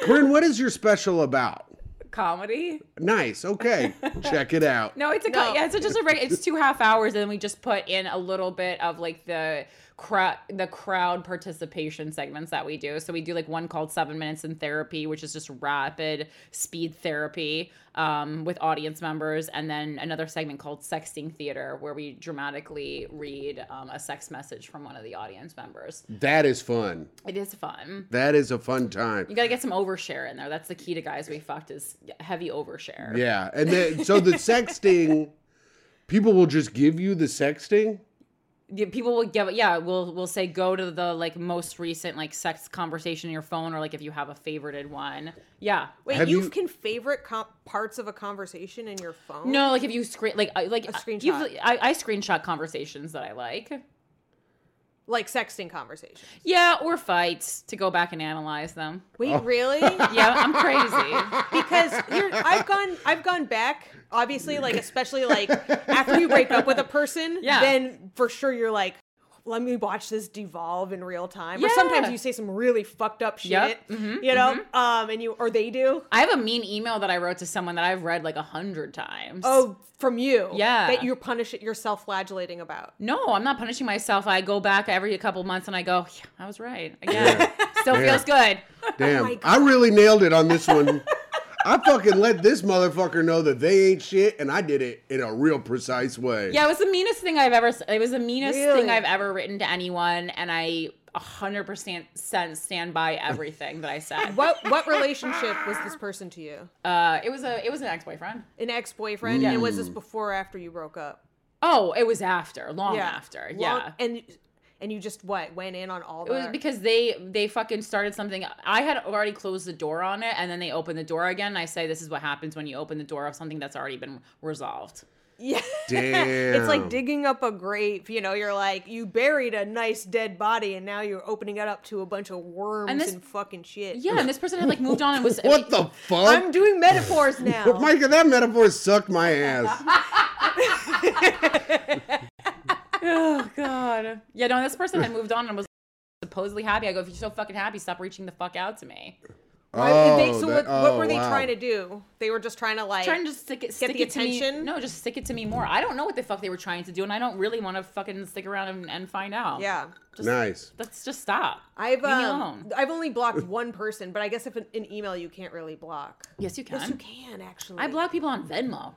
[SPEAKER 1] Corinne, what is your special about?
[SPEAKER 3] Comedy.
[SPEAKER 1] Nice. Okay. Check it out.
[SPEAKER 3] No, it's a
[SPEAKER 2] No.
[SPEAKER 3] yeah. It's just a reg- it's two half hours, and then we just put in a little bit of like the crowd the crowd participation segments that we do. So we do like one called Seven Minutes in Therapy, which is just rapid speed therapy um, with audience members, and then another segment called Sexting Theater, where we dramatically read um, a sex message from one of the audience members.
[SPEAKER 1] That is fun.
[SPEAKER 3] It is fun.
[SPEAKER 1] That is a fun time.
[SPEAKER 3] You gotta get some overshare in there. That's the key to guys we fucked is heavy overshare.
[SPEAKER 1] Yeah, and then so the sexting, people will just give you the sexting.
[SPEAKER 3] Yeah, people will give yeah we'll we'll say go to the like most recent like sex conversation in your phone or like if you have a favorited one yeah
[SPEAKER 2] Wait,
[SPEAKER 1] Have
[SPEAKER 2] you
[SPEAKER 1] you-
[SPEAKER 2] can favorite com- parts of a conversation in your phone?
[SPEAKER 3] no like if you screen like I- like
[SPEAKER 2] screenshot.
[SPEAKER 3] you've- I, I screenshot conversations that i like
[SPEAKER 2] Like sexting conversation.
[SPEAKER 3] yeah or fights to go back and analyze them
[SPEAKER 2] Wait,
[SPEAKER 1] Oh.
[SPEAKER 2] really?
[SPEAKER 3] yeah i'm crazy
[SPEAKER 2] because you're, I've gone I've gone back obviously like especially like after you break up with a person,
[SPEAKER 3] Yeah.
[SPEAKER 2] then for sure you're like let me watch this devolve in real time. Or sometimes
[SPEAKER 3] Yeah.
[SPEAKER 2] you say some really fucked up shit,
[SPEAKER 3] Yep. Mhm,
[SPEAKER 2] you know, um, and you or they do.
[SPEAKER 3] I have a mean email that I wrote to someone that I've read like a hundred times.
[SPEAKER 2] Oh, from you,
[SPEAKER 3] Yeah.
[SPEAKER 2] that you're punishing, you're self-flagellating about.
[SPEAKER 3] no, I'm not punishing myself. I go back every couple months and I go, yeah, I was right. Again, still
[SPEAKER 1] Yeah.
[SPEAKER 3] feels good.
[SPEAKER 1] Damn,
[SPEAKER 2] my God.
[SPEAKER 1] I really nailed it on this one. I fucking let this motherfucker know that they ain't shit, and I did it in a real precise way.
[SPEAKER 3] Yeah, it was the meanest thing I've ever. It was the meanest
[SPEAKER 2] Really?
[SPEAKER 3] thing I've ever written to anyone, and I 100% stand stand by everything that I said.
[SPEAKER 2] What what relationship was this person to you?
[SPEAKER 3] Uh, it was a it was an ex boyfriend.
[SPEAKER 2] An ex-boyfriend, and was this before or after you broke up?
[SPEAKER 3] Oh, it was after, long after.
[SPEAKER 2] Long-
[SPEAKER 3] yeah.
[SPEAKER 2] and and you just what went in on all
[SPEAKER 3] It was
[SPEAKER 2] the
[SPEAKER 3] because they they fucking started something. I had already closed the door on it, and then they opened the door again. And I say, this is what happens when you open the door of something that's already been resolved.
[SPEAKER 2] yeah.
[SPEAKER 1] Damn.
[SPEAKER 2] It's like digging up a grave, you know. You're like you buried a nice dead body, and now you're opening it up to a bunch of worms and,
[SPEAKER 3] And this-
[SPEAKER 2] fucking shit.
[SPEAKER 3] Yeah, and this person had like moved on and was
[SPEAKER 1] What the fuck?
[SPEAKER 2] I'm doing metaphors
[SPEAKER 1] But
[SPEAKER 2] now.
[SPEAKER 1] Micah, that metaphor sucked my ass.
[SPEAKER 3] Oh god. Yeah, no, this person had moved on and was supposedly happy. I go, if you're so fucking happy, stop reaching the fuck out to me.
[SPEAKER 2] Why- they- so
[SPEAKER 1] that-
[SPEAKER 2] what, what
[SPEAKER 1] oh,
[SPEAKER 2] were they
[SPEAKER 1] wow.
[SPEAKER 2] trying to do? They were just trying to like
[SPEAKER 3] Trying to just stick it, stick
[SPEAKER 2] the
[SPEAKER 3] it to me.
[SPEAKER 2] attention?
[SPEAKER 3] No, just stick it to me more. I don't know what the fuck they were trying to do, and I don't really want to fucking stick around and, and find out.
[SPEAKER 2] yeah.
[SPEAKER 3] Just,
[SPEAKER 1] Nice.
[SPEAKER 3] Let's just stop.
[SPEAKER 2] I've
[SPEAKER 3] Leave me
[SPEAKER 2] um,
[SPEAKER 3] alone.
[SPEAKER 2] I've only blocked one person, but I guess if an, an email you can't really block.
[SPEAKER 3] Yes, you can.
[SPEAKER 2] Yes, you can actually.
[SPEAKER 3] I block people on Venmo.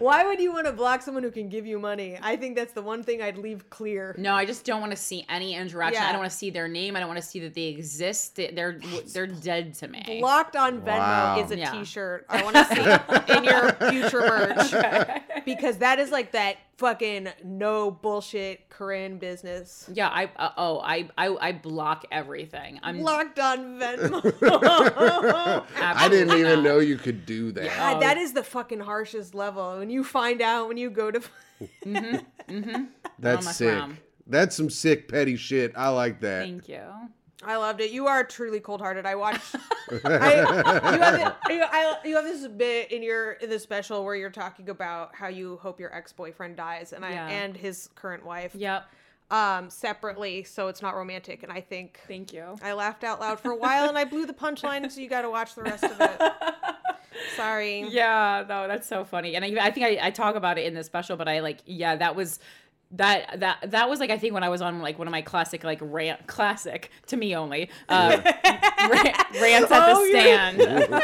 [SPEAKER 2] Why would you want to block someone who can give you money? I think that's the one thing I'd leave clear.
[SPEAKER 3] No, I just don't want to see any interaction.
[SPEAKER 2] Yeah.
[SPEAKER 3] I don't want to see their name. I don't want to see that they exist. They- They're they're dead to me.
[SPEAKER 2] Locked on Venmo
[SPEAKER 1] Wow.
[SPEAKER 2] is a
[SPEAKER 3] Yeah.
[SPEAKER 2] shirt I want to see in your future merch because that is like that fucking no bullshit Korean business.
[SPEAKER 3] Yeah, I uh, oh I, I I block everything. I'm
[SPEAKER 2] Locked on Venmo.
[SPEAKER 1] I didn't
[SPEAKER 3] absolutely
[SPEAKER 1] even
[SPEAKER 3] not.
[SPEAKER 1] know you could do that.
[SPEAKER 3] Yeah.
[SPEAKER 2] God, that is the fucking harshest level. When you find out, when you go to,
[SPEAKER 1] That's
[SPEAKER 3] Oh, my
[SPEAKER 1] sick.
[SPEAKER 3] gram.
[SPEAKER 1] That's some sick petty shit. I like that.
[SPEAKER 3] Thank you.
[SPEAKER 2] I loved it. You are truly cold-hearted. I watched. I, you, have the, you, I, you have this bit in your in the special where you're talking about how you hope your ex-boyfriend dies, and I
[SPEAKER 3] Yeah.
[SPEAKER 2] and his current wife.
[SPEAKER 3] Yep.
[SPEAKER 2] um, separately, so it's not romantic. And I think
[SPEAKER 3] Thank you.
[SPEAKER 2] I laughed out loud for a while and I blew the punchline, so you got to watch the rest of it. Sorry.
[SPEAKER 3] Yeah, no, that's so funny. And I, I think I, I talk about it in the special, but I like, yeah, that was that that that was like I think when I was on like one of my classic like rant classic to me only uh, rant, rants at
[SPEAKER 2] Oh,
[SPEAKER 3] the
[SPEAKER 2] yeah.
[SPEAKER 3] stand.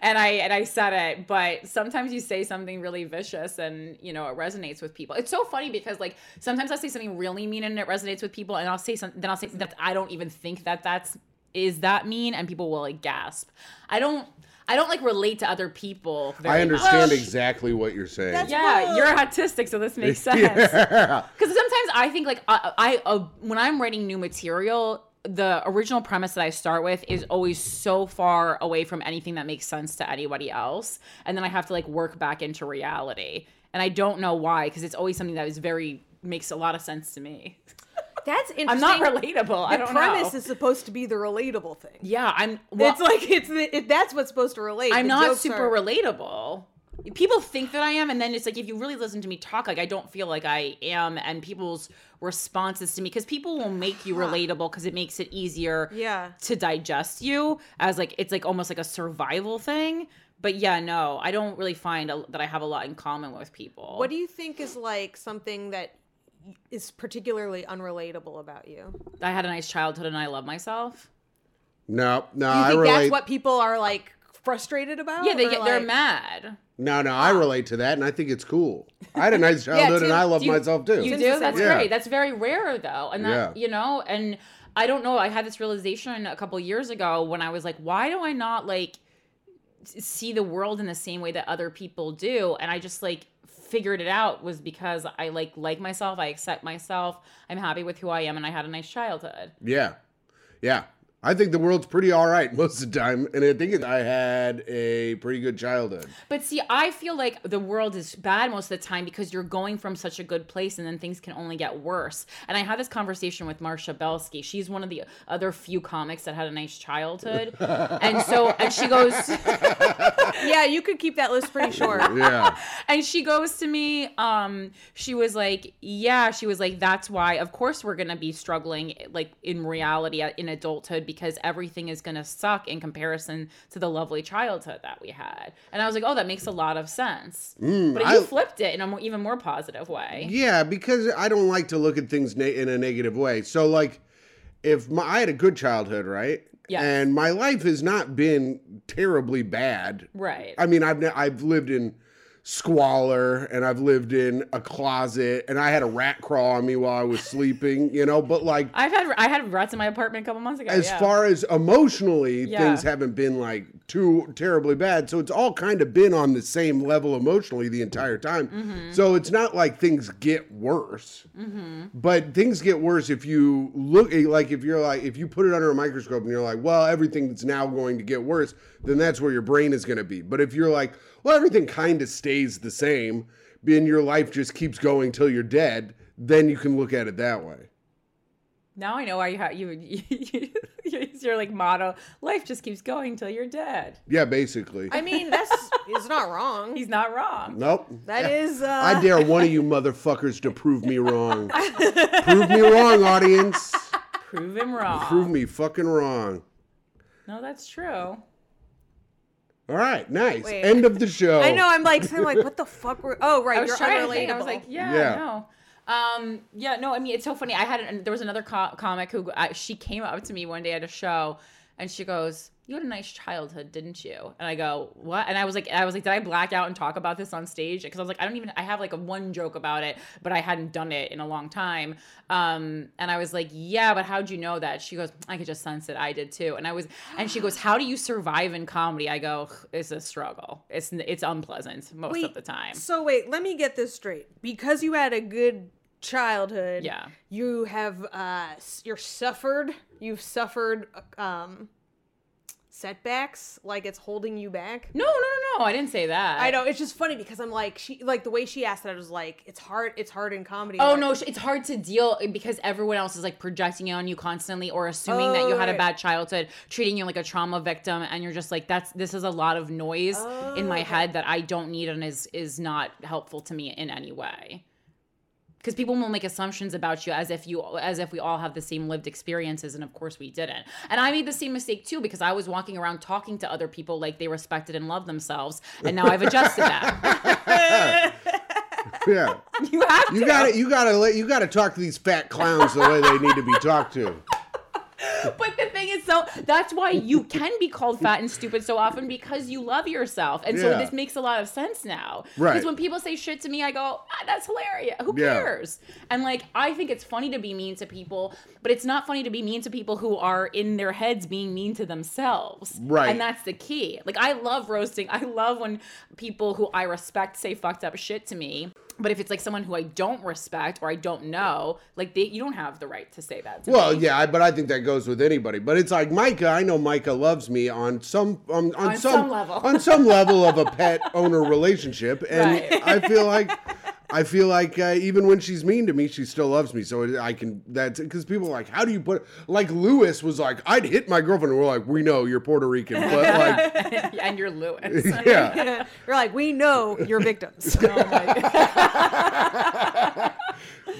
[SPEAKER 3] and I and I said it, but sometimes you say something really vicious and you know it resonates with people. It's so funny because like sometimes I'll say something really mean and it resonates with people, and I'll say something then I'll say that I don't even think that that's is that mean, and people will like gasp. I don't I don't like relate to other people.
[SPEAKER 1] I
[SPEAKER 3] very much.
[SPEAKER 1] understand
[SPEAKER 2] Well,
[SPEAKER 1] exactly what you're saying.
[SPEAKER 2] that's-
[SPEAKER 3] Yeah, you're autistic, so this makes sense. Because
[SPEAKER 1] Yeah.
[SPEAKER 3] sometimes I think like I, I uh, when I'm writing new material, the original premise that I start with is always so far away from anything that makes sense to anybody else, and then I have to like work back into reality, and I don't know why because it's always something that is very makes a lot of sense to me.
[SPEAKER 2] That's interesting.
[SPEAKER 3] I'm not relatable. I
[SPEAKER 2] The
[SPEAKER 3] don't
[SPEAKER 2] premise
[SPEAKER 3] know.
[SPEAKER 2] is supposed to be the relatable thing.
[SPEAKER 3] yeah, I'm. Well,
[SPEAKER 2] it's like it's the, it, that's what's supposed to relate.
[SPEAKER 3] I'm
[SPEAKER 2] The
[SPEAKER 3] not
[SPEAKER 2] jokes
[SPEAKER 3] super
[SPEAKER 2] are-
[SPEAKER 3] relatable. People think that I am, and then it's like if you really listen to me talk, like I don't feel like I am, and people's responses to me because people will make you relatable because it makes it easier,
[SPEAKER 2] Yeah.
[SPEAKER 3] to digest you as like it's like almost like a survival thing. But yeah, no, I don't really find a, that I have a lot in common with people.
[SPEAKER 2] What do you think is like something that is particularly unrelatable about you?
[SPEAKER 3] I had a nice childhood, and I love myself.
[SPEAKER 1] no, no,
[SPEAKER 2] Do you
[SPEAKER 1] I
[SPEAKER 2] think
[SPEAKER 1] relate.
[SPEAKER 2] that's what people are like frustrated about?
[SPEAKER 3] Yeah, they
[SPEAKER 2] Or,
[SPEAKER 3] get they're
[SPEAKER 2] Oh, like-
[SPEAKER 3] mad.
[SPEAKER 1] no, no, I relate to that, and I think it's cool. I had a nice childhood, and
[SPEAKER 2] Tim,
[SPEAKER 1] I love
[SPEAKER 3] Do you-
[SPEAKER 1] myself too.
[SPEAKER 3] You
[SPEAKER 2] Tim's the
[SPEAKER 3] do?
[SPEAKER 2] same
[SPEAKER 3] That's
[SPEAKER 1] way. Yeah.
[SPEAKER 3] great. That's very rare though. And that
[SPEAKER 1] Yeah.
[SPEAKER 3] you know, and I don't know, I had this realization a couple years ago when I was like, why do I not like s- see the world in the same way that other people do? And I just like figured it out was because I like like myself, I accept myself, I'm happy with who I am and I had a nice childhood.
[SPEAKER 1] Yeah, yeah. I think the world's pretty all right most of the time, and I think I had a pretty good childhood.
[SPEAKER 3] But see, I feel like the world is bad most of the time because you're going from such a good place and then things can only get worse. And I had this conversation with Marsha Belsky. She's one of the other few comics that had a nice childhood. and so, and she goes,
[SPEAKER 2] Yeah, you could keep that list pretty short.
[SPEAKER 1] Yeah,
[SPEAKER 3] and she goes to me, um, she was like, Yeah, she was like, That's why, of course, we're going to be struggling like in reality uh, in adulthood because everything is going to suck in comparison to the lovely childhood that we had. And I was like, Oh, that makes a lot of sense. but you
[SPEAKER 1] Hmm, I-
[SPEAKER 3] flipped it in a more, even more positive way.
[SPEAKER 1] yeah, because I don't like to look at things na- in a negative way. So like, if my, I had a good childhood, right?
[SPEAKER 3] Yes.
[SPEAKER 1] And my life has not been terribly bad.
[SPEAKER 3] Right.
[SPEAKER 1] I mean, I've ne- I've lived in squalor and I've lived in a closet and I had a rat crawl on me while I was sleeping, you know, but like
[SPEAKER 3] I've had I had rats in my apartment a couple months ago.
[SPEAKER 1] as
[SPEAKER 3] yeah.
[SPEAKER 1] far as emotionally
[SPEAKER 3] Yeah.
[SPEAKER 1] things haven't been like too terribly bad so it's all kind of been on the same level emotionally the entire time
[SPEAKER 3] Mm-hmm.
[SPEAKER 1] so it's not like things get worse but things get worse if you look eh, like if you're like if you put it under a microscope and you're like well everything's now going to get worse then that's where your brain is going to be but if you're like well everything kind of stays the same and your life just keeps going till you're dead then you can look at it that way
[SPEAKER 3] now I know why you ha- you, you it's your like motto. Life just keeps going till you're dead.
[SPEAKER 1] yeah basically
[SPEAKER 2] I mean, that's it's not wrong.
[SPEAKER 3] He's not wrong.
[SPEAKER 1] nope
[SPEAKER 2] That is uh,
[SPEAKER 1] I dare one of you motherfuckers to prove me wrong. prove me wrong, audience.
[SPEAKER 3] Prove him wrong.
[SPEAKER 1] Prove me fucking wrong.
[SPEAKER 3] no, that's true.
[SPEAKER 1] All right, nice.
[SPEAKER 2] Wait.
[SPEAKER 1] End of the show.
[SPEAKER 2] I know. I'm like, I'm like, what the fuck? Were, oh, right.
[SPEAKER 3] I was
[SPEAKER 2] you're
[SPEAKER 3] trying to
[SPEAKER 2] unrelatable.
[SPEAKER 3] think. I was like, yeah,
[SPEAKER 1] Yeah.
[SPEAKER 3] no. Um, yeah, no. I mean, it's so funny. I had an, there was another co- comic who I, she came up to me one day at a show, and she goes, "You had a nice childhood, didn't you?" And I go, "What?" And I was like, I was like, "Did I black out and talk about this on stage?" Because I was like, I don't even. I have like a one joke about it, but I hadn't done it in a long time. Um, and I was like, "Yeah, but how'd you know that?" She goes, "I could just sense it. I did too." And I was, and she goes, "How do you survive in comedy?" I go, "It's a struggle. It's it's unpleasant most of
[SPEAKER 2] Wait,
[SPEAKER 3] the time."
[SPEAKER 2] So wait, let me get this straight. Because you had a good childhood,
[SPEAKER 3] Yeah.
[SPEAKER 2] you have uh, s- you're suffered. You've suffered um, setbacks, like it's holding you back.
[SPEAKER 3] No, no, no, no. I didn't say that.
[SPEAKER 2] I know it's just funny because I'm like she like the way she asked that I was like it's hard it's hard in comedy.
[SPEAKER 3] Oh
[SPEAKER 2] Like,
[SPEAKER 3] no, sh- it's hard to deal eh, because everyone else is like projecting it on you constantly or assuming that you
[SPEAKER 2] Oh,
[SPEAKER 3] had a
[SPEAKER 2] right.
[SPEAKER 3] bad childhood, treating you like a trauma victim and you're just like that's this is a lot of noise in
[SPEAKER 2] Oh.
[SPEAKER 3] my head that I don't need and is is not helpful to me in any way. Cuz people will make assumptions about you as if you as if we all have the same lived experiences and of course we didn't. And I made the same mistake too because I was walking around talking to other people like they respected and loved themselves and now I've adjusted that.
[SPEAKER 1] Yeah.
[SPEAKER 3] you have to
[SPEAKER 1] You gotta you gotta let you gotta talk to these fat clowns the way they need to be talked to.
[SPEAKER 3] But the thing is, so that's why you can be called fat and stupid so often because you love yourself, and so
[SPEAKER 1] Yeah.
[SPEAKER 3] this makes a lot of sense now.
[SPEAKER 1] Right.
[SPEAKER 3] Because when people say shit to me, I go, ah, "That's hilarious. Who
[SPEAKER 1] Yeah.
[SPEAKER 3] cares?" And like, I think it's funny to be mean to people, but it's not funny to be mean to people who are in their heads being mean to themselves.
[SPEAKER 1] Right.
[SPEAKER 3] And that's the key. Like, I love roasting. I love when people who I respect say fucked up shit to me. But if it's like someone who I don't respect or I don't know, like they, you don't have the right to say that. To
[SPEAKER 1] Well,
[SPEAKER 3] me.
[SPEAKER 1] yeah, I, but I think that goes with anybody. But it's like Micah. I know Micah loves me on some on, on,
[SPEAKER 3] On
[SPEAKER 1] some,
[SPEAKER 3] some level.
[SPEAKER 1] on some level of a pet owner relationship, and
[SPEAKER 3] Right.
[SPEAKER 1] I feel like I feel like uh, even when she's mean to me, she still loves me. So it, I can that's because people are like, how do you put like Lewis was like, I'd hit my girlfriend. And we're like, we know you're Puerto Rican, but like,
[SPEAKER 3] and you're Lewis.
[SPEAKER 1] yeah.
[SPEAKER 2] you're like we know you're victims.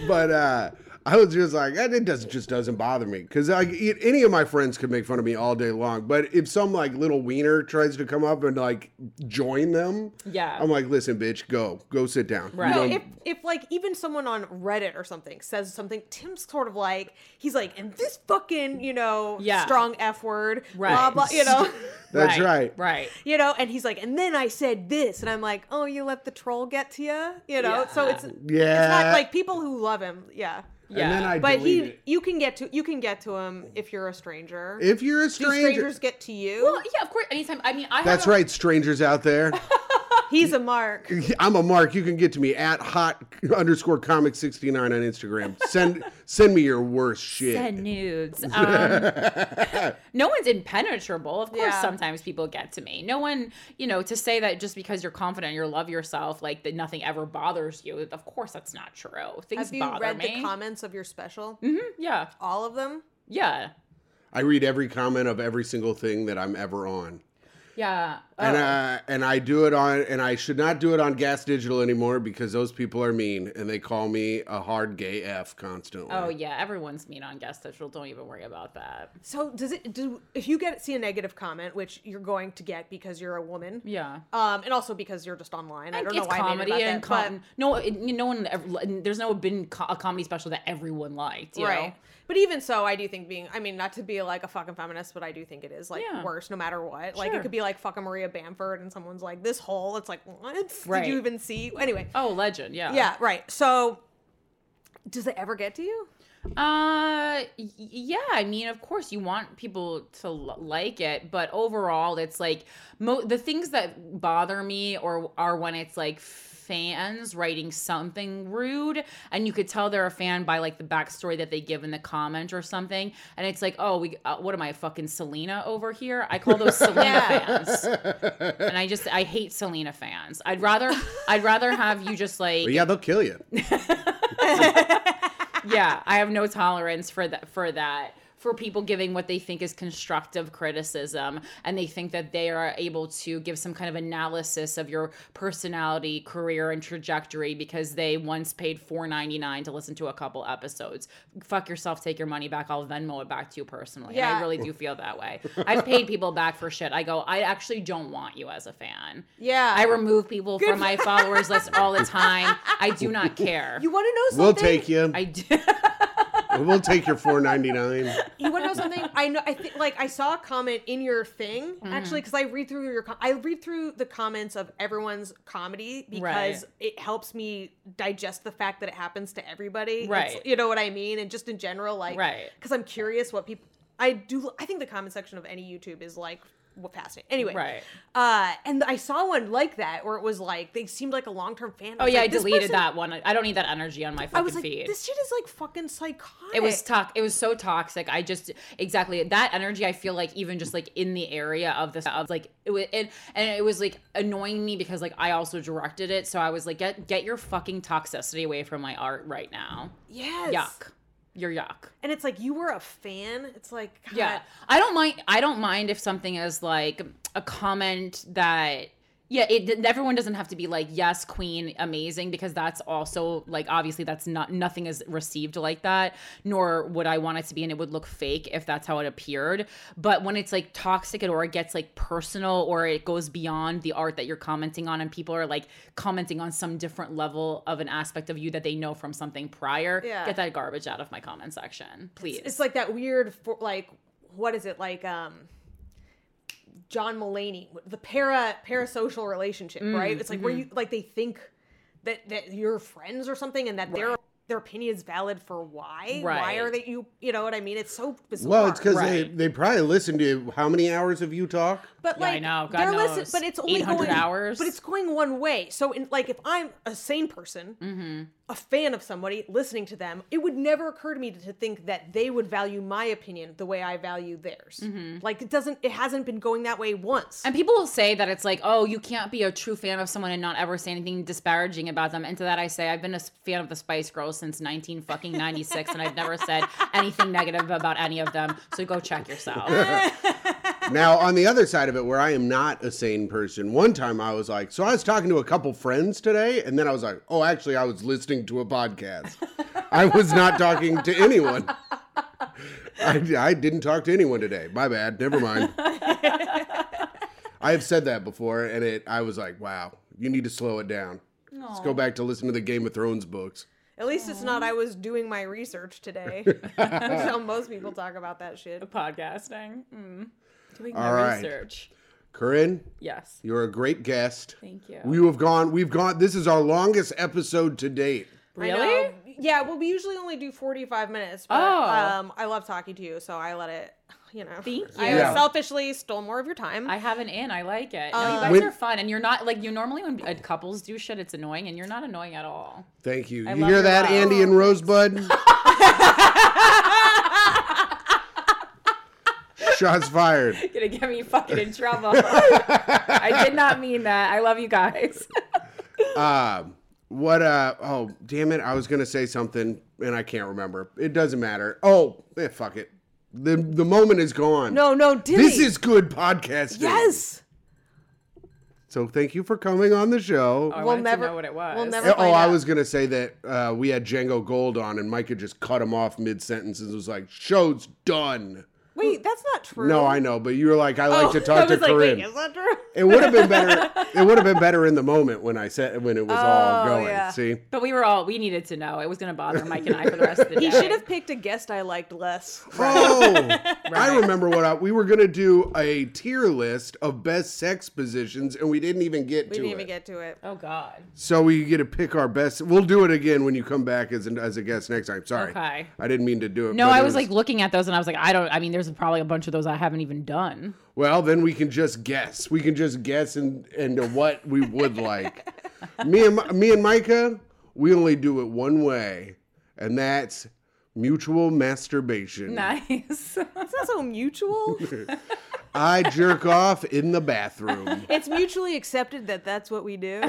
[SPEAKER 1] but uh I was just like, "Eh, it doesn't just doesn't bother me because like e- any of my friends could make fun of me all day long, but if some like little wiener tries to come up and like join them,
[SPEAKER 3] Yeah.
[SPEAKER 1] I'm like, listen, bitch, go, go, sit down. You
[SPEAKER 3] Right.
[SPEAKER 2] No,
[SPEAKER 1] don't-
[SPEAKER 2] if if like even someone on Reddit or something says something, Tim's sort of like he's like, and this fucking you know
[SPEAKER 3] Yeah.
[SPEAKER 2] strong f word, blah
[SPEAKER 3] Right.
[SPEAKER 2] blah, you know,
[SPEAKER 1] that's right.
[SPEAKER 3] Right.
[SPEAKER 2] you know, and he's like, and then I said this, and I'm like, oh, you let the troll get to you, you know. So it's it's
[SPEAKER 1] Yeah.
[SPEAKER 2] not like people who love him, yeah.
[SPEAKER 3] Yeah.
[SPEAKER 1] And then I
[SPEAKER 2] But
[SPEAKER 1] delete
[SPEAKER 2] he,
[SPEAKER 1] it.
[SPEAKER 2] you can get to you can get to him if you're a stranger.
[SPEAKER 1] If you're a
[SPEAKER 2] Do
[SPEAKER 1] stranger,
[SPEAKER 2] strangers get to you?
[SPEAKER 3] Well, yeah, of course. Anytime. I mean, I.
[SPEAKER 1] that's
[SPEAKER 3] have a-
[SPEAKER 1] right, strangers out there.
[SPEAKER 2] He's a mark.
[SPEAKER 1] I'm a Mark. You can get to me at hot underscore comic sixty nine on Instagram. Send send me your worst shit.
[SPEAKER 3] Send nudes. Um, no one's impenetrable. Of course,
[SPEAKER 2] Yeah.
[SPEAKER 3] sometimes people get to me. No one, you know, to say that just because you're confident, you love yourself, like that nothing ever bothers you. Of course, that's not true. Things
[SPEAKER 2] Have you
[SPEAKER 3] bother
[SPEAKER 2] read
[SPEAKER 3] me.
[SPEAKER 2] the comments of your special?
[SPEAKER 3] yeah,
[SPEAKER 2] All of them?
[SPEAKER 3] yeah,
[SPEAKER 1] I read every comment of every single thing that I'm ever on.
[SPEAKER 3] yeah.
[SPEAKER 1] And
[SPEAKER 3] Oh.
[SPEAKER 1] uh, and I do it on and I should not do it on Gas Digital anymore because those people are mean and they call me a hard gay F constantly.
[SPEAKER 3] Oh yeah, everyone's mean on guest digital. Don't even worry about that.
[SPEAKER 2] So does it do if you get see a negative comment, which you're going to get because you're a woman.
[SPEAKER 3] Yeah.
[SPEAKER 2] Um, and also because you're just online. I don't know
[SPEAKER 3] it's
[SPEAKER 2] why
[SPEAKER 3] comedy
[SPEAKER 2] I made it about
[SPEAKER 3] and
[SPEAKER 2] that,
[SPEAKER 3] com- no, it, no one. Ever, there's no been co- a comedy special that everyone liked.
[SPEAKER 2] but,
[SPEAKER 3] You
[SPEAKER 2] right.
[SPEAKER 3] Know?
[SPEAKER 2] But even so, I do think being I mean, not to be like a fucking feminist, but I do think it is like
[SPEAKER 3] Yeah.
[SPEAKER 2] worse no matter what. Like
[SPEAKER 3] Sure.
[SPEAKER 2] it could be like fucking Maria Bamford and someone's like, This hole, it's like, What?
[SPEAKER 3] Right.
[SPEAKER 2] Did you even see? Anyway.
[SPEAKER 3] Oh, legend. Yeah.
[SPEAKER 2] Yeah, right. So does it ever get to you?
[SPEAKER 3] Uh, y- yeah. I mean, of course, you want people to l- like it, but overall, it's like mo- the things that bother me or are when it's like fans writing something rude, and you could tell they're a fan by like the backstory that they give in the comment or something, and it's like, oh, we, uh, what am I fucking Selena over here? I call those Selena
[SPEAKER 2] Yeah.
[SPEAKER 3] fans, and I just I hate Selena fans. I'd rather I'd rather have you just like
[SPEAKER 1] But yeah, they'll kill you.
[SPEAKER 3] yeah, I have no tolerance for that for that for people giving what they think is constructive criticism and they think that they are able to give some kind of analysis of your personality, career and trajectory because they once paid 4.99 to listen to a couple episodes. Fuck yourself, take your money back. I'll Venmo it back to you personally. And
[SPEAKER 2] Yeah.
[SPEAKER 3] I really do feel that way. I've paid people back for shit. I go, I actually don't want you as a fan.
[SPEAKER 2] Yeah.
[SPEAKER 3] I remove people from my followers list all the time. I do not care.
[SPEAKER 2] you wanna know something?
[SPEAKER 1] We'll take you.
[SPEAKER 3] I do.
[SPEAKER 1] We'll take your four ninety nine.
[SPEAKER 2] you want to know something? I know. I think like I saw a comment in your thing
[SPEAKER 3] Mm-hmm.
[SPEAKER 2] actually because I read through your. Com- I read through the comments of everyone's comedy because
[SPEAKER 3] Right.
[SPEAKER 2] it helps me digest the fact that it happens to everybody. It's-
[SPEAKER 3] Right.
[SPEAKER 2] you know what I mean? And just in general, like,
[SPEAKER 3] Right.
[SPEAKER 2] Because I'm curious what people. I do. I think the comment section of any YouTube is like what fascinating. Anyway,
[SPEAKER 3] Right.
[SPEAKER 2] Uh, and I saw one like that where it was like they seemed like a long term fan.
[SPEAKER 3] Oh
[SPEAKER 2] was
[SPEAKER 3] yeah,
[SPEAKER 2] like,
[SPEAKER 3] I
[SPEAKER 2] this
[SPEAKER 3] deleted
[SPEAKER 2] person-
[SPEAKER 3] that one. I don't need that energy on my fucking
[SPEAKER 2] I was like,
[SPEAKER 3] feed.
[SPEAKER 2] this shit is like fucking psychotic.
[SPEAKER 3] it was toxic. It was so toxic. I just exactly that energy. I feel like even just like in the area of this of like it was and, and it was like annoying me because like I also directed it. So I was like, get get your fucking toxicity away from my art right now.
[SPEAKER 2] yes.
[SPEAKER 3] Yuck, you're yuck.
[SPEAKER 2] and it's like you were a fan. It's like God,
[SPEAKER 3] Yeah. I don't mind I don't mind if something is like a comment that yeah, it everyone doesn't have to be like yes, queen, amazing because that's also like obviously that's not nothing is received like that nor would I want it to be and it would look fake if that's how it appeared. But when it's like toxic or it gets like personal or it goes beyond the art that you're commenting on and people are like commenting on some different level of an aspect of you that they know from something prior,
[SPEAKER 2] Yeah.
[SPEAKER 3] get that garbage out of my comment section, please.
[SPEAKER 2] It's like that weird, for, like what is it like? Um, John Mulaney, the para parasocial relationship,
[SPEAKER 3] Mm,
[SPEAKER 2] right? It's like where
[SPEAKER 3] mm-hmm.
[SPEAKER 2] you like they think that that you're friends or something, and that their their opinion is valid for why. Why
[SPEAKER 3] Right.
[SPEAKER 2] are they you? You know what I mean? It's so bizarre.
[SPEAKER 1] Well, it's because
[SPEAKER 3] Right.
[SPEAKER 1] they, they probably listen to how many hours of you talk.
[SPEAKER 2] But
[SPEAKER 3] Yeah, I
[SPEAKER 2] like,
[SPEAKER 3] know. God
[SPEAKER 2] they're listen-
[SPEAKER 3] knows.
[SPEAKER 2] but it's only
[SPEAKER 3] 800
[SPEAKER 2] going,
[SPEAKER 3] hours.
[SPEAKER 2] But it's going one way. So, in like, if I'm a sane person,
[SPEAKER 3] Mm-hmm.
[SPEAKER 2] a fan of somebody, listening to them, it would never occur to me to, to think that they would value my opinion the way I value theirs.
[SPEAKER 3] Mm-hmm.
[SPEAKER 2] Like, it doesn't. It hasn't been going that way once.
[SPEAKER 3] And people will say that it's like, oh, you can't be a true fan of someone and not ever say anything disparaging about them. And to that, I say, I've been a s- fan of the Spice Girls since 19 fucking 96, and I've never said anything negative about any of them. So go check yourself.
[SPEAKER 1] Now, on the other side of it, where I am not a sane person, one time I was like, so I was talking to a couple friends today, and then I was like, oh, actually, I was listening to a podcast. I was not talking to anyone. I, I didn't talk to anyone today. My bad. Never mind. I have said that before, and it. I was like, wow, you need to slow it down. Let's go back to listen to the Game of Thrones books.
[SPEAKER 2] At least it's not. I was doing my research today. Which is how most people talk about that shit.
[SPEAKER 3] Podcasting. Mm. Doing
[SPEAKER 1] All right.
[SPEAKER 3] research.
[SPEAKER 1] Corinne,
[SPEAKER 3] Yes.
[SPEAKER 1] you're a great guest.
[SPEAKER 3] Thank you.
[SPEAKER 1] We have gone. We've gone. This is our longest episode to date.
[SPEAKER 2] I know.
[SPEAKER 3] Really?
[SPEAKER 2] Yeah. Well, we usually only do forty-five minutes. But,
[SPEAKER 3] Oh.
[SPEAKER 2] Um, I love talking to you, so I let it. you know.
[SPEAKER 3] Thank
[SPEAKER 2] I
[SPEAKER 3] you.
[SPEAKER 1] Yeah.
[SPEAKER 2] selfishly stole more of your time.
[SPEAKER 3] I have an in. I like it. No, you
[SPEAKER 2] Uh,
[SPEAKER 3] guys
[SPEAKER 1] When-
[SPEAKER 3] are fun, and you're not like you normally when uh, couples do shit. It's annoying, and you're not annoying at all.
[SPEAKER 1] Thank you.
[SPEAKER 3] I
[SPEAKER 1] you
[SPEAKER 3] love
[SPEAKER 1] hear
[SPEAKER 3] your
[SPEAKER 1] that,
[SPEAKER 3] laugh.
[SPEAKER 1] Andy and Rosebud? Shots fired.
[SPEAKER 3] Gonna get me fucking in trouble. I did not mean that. I love you guys.
[SPEAKER 1] Um, what? Uh, oh, damn it! I was gonna say something and I can't remember. It doesn't matter. Oh, eh, fuck it. The the moment is gone.
[SPEAKER 2] no, no, Diddy.
[SPEAKER 1] This is good podcasting.
[SPEAKER 2] yes.
[SPEAKER 1] So thank you for coming on the show.
[SPEAKER 3] I
[SPEAKER 2] We'll
[SPEAKER 3] wanted
[SPEAKER 2] never-
[SPEAKER 3] to know what it was.
[SPEAKER 2] we'll never-
[SPEAKER 1] Oh,
[SPEAKER 2] find
[SPEAKER 1] I
[SPEAKER 2] out.
[SPEAKER 1] was gonna say that uh, we had Django Gold on, and Micah just cut him off mid sentence and was like, "Show's done."
[SPEAKER 2] Wait, that's not true.
[SPEAKER 1] No, I know, but you were like, "I like to
[SPEAKER 2] Oh, I
[SPEAKER 1] talk to
[SPEAKER 2] was like, wait,
[SPEAKER 1] Corinne."
[SPEAKER 2] is that true?
[SPEAKER 1] it would have been better. It would have been better in the moment when I said when it was all
[SPEAKER 2] Oh,
[SPEAKER 1] going.
[SPEAKER 2] yeah.
[SPEAKER 1] See,
[SPEAKER 3] But we were all we needed to know. It was gonna bother Mike and I for the rest of the day.
[SPEAKER 2] He should have picked a guest I liked less.
[SPEAKER 1] Oh, I remember what I, we were gonna do a tier list of best sex positions, and we didn't even get
[SPEAKER 2] We
[SPEAKER 1] to
[SPEAKER 2] didn't
[SPEAKER 1] it.
[SPEAKER 2] even get to it.
[SPEAKER 3] Oh God.
[SPEAKER 1] so we get to pick our best. We'll do it again when you come back as an, as a guest next time. Sorry,
[SPEAKER 3] Okay.
[SPEAKER 1] I didn't mean to do it.
[SPEAKER 3] No,
[SPEAKER 1] but
[SPEAKER 3] I
[SPEAKER 1] it
[SPEAKER 3] was like looking at those, and I was like, I don't. I mean, there's probably a bunch of those I haven't even done.
[SPEAKER 1] well, then we can just guess. We can just guess and into what we would like. me and Mi- me and Micah, we only do it one way, and that's mutual masturbation.
[SPEAKER 3] Nice.
[SPEAKER 2] It's not so mutual.
[SPEAKER 1] I jerk off in the bathroom.
[SPEAKER 2] it's mutually accepted that that's what we do.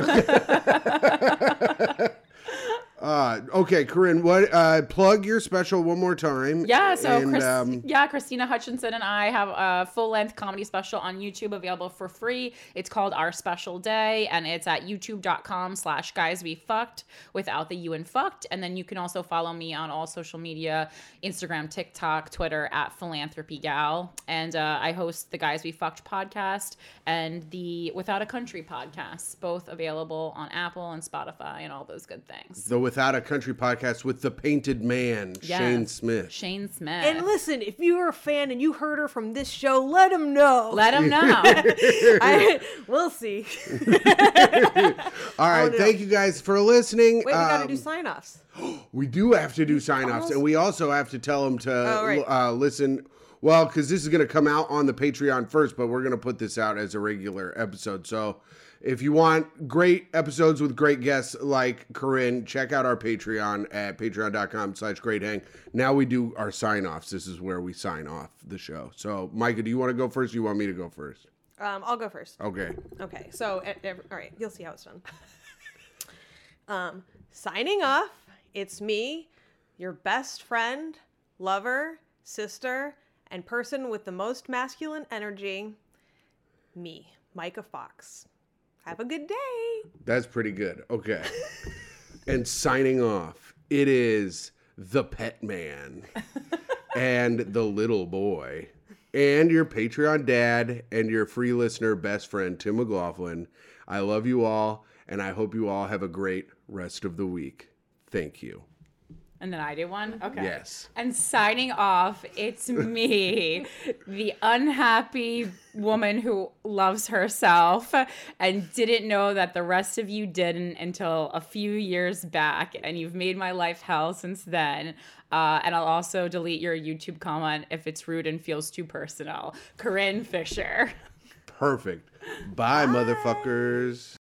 [SPEAKER 1] Uh, okay, Corinne, what uh, plug your special one more time?
[SPEAKER 3] Yeah, so
[SPEAKER 1] and,
[SPEAKER 3] Chris,
[SPEAKER 1] um,
[SPEAKER 3] yeah, Christina Hutchinson and I have a full-length comedy special on YouTube available for free. It's called Our Special Day, and it's at youtube.com slash guys we fucked without the you and fucked. And then you can also follow me on all social media, Instagram, TikTok, Twitter at philanthropy gal. And uh, I host the Guys We Fucked podcast and the Without a Country podcast, both available on Apple and Spotify and all those good things.
[SPEAKER 1] the Without a Country podcast with the Painted Man,
[SPEAKER 3] Yeah.
[SPEAKER 1] Shane Smith.
[SPEAKER 3] Shane Smith.
[SPEAKER 2] and listen, if you are a fan and you heard her from this show, let him know.
[SPEAKER 3] Let him know.
[SPEAKER 2] I, we'll see. Wait,
[SPEAKER 1] All right,
[SPEAKER 2] no.
[SPEAKER 1] thank you guys for listening.
[SPEAKER 2] we gotta do
[SPEAKER 1] Um,
[SPEAKER 2] sign offs.
[SPEAKER 1] we do have to do sign offs, and we also have to tell them to
[SPEAKER 2] right.
[SPEAKER 1] uh, listen. Well, because this is going to come out on the Patreon first, but we're going to put this out as a regular episode. So if you want great episodes with great guests like Corinne, check out our Patreon at patreon.com slash great hang. Now we do our sign offs. This is where we sign off the show. So, Micah, do you want to go first? Or you want me to go first?
[SPEAKER 2] Um, I'll go first.
[SPEAKER 1] Okay.
[SPEAKER 2] Okay, so e- ev- all right, you'll see how it's done. um, signing off. It's me, your best friend, lover, sister, and person with the most masculine energy. Me, Micah Fox. Have a good day.
[SPEAKER 1] That's pretty good. Okay. and signing off, it is the pet man and the little boy and your Patreon dad and your free listener best friend, Tim McLaughlin. I love you all, and I hope you all have a great rest of the week. Thank you.
[SPEAKER 3] And then I do one? Okay.
[SPEAKER 1] Yes.
[SPEAKER 3] And signing off, it's me, the unhappy woman who loves herself and didn't know that the rest of you didn't until a few years back. And you've made my life hell since then. Uh, and I'll also delete your YouTube comment if it's rude and feels too personal. Corinne Fisher.
[SPEAKER 1] Perfect. Bye. motherfuckers.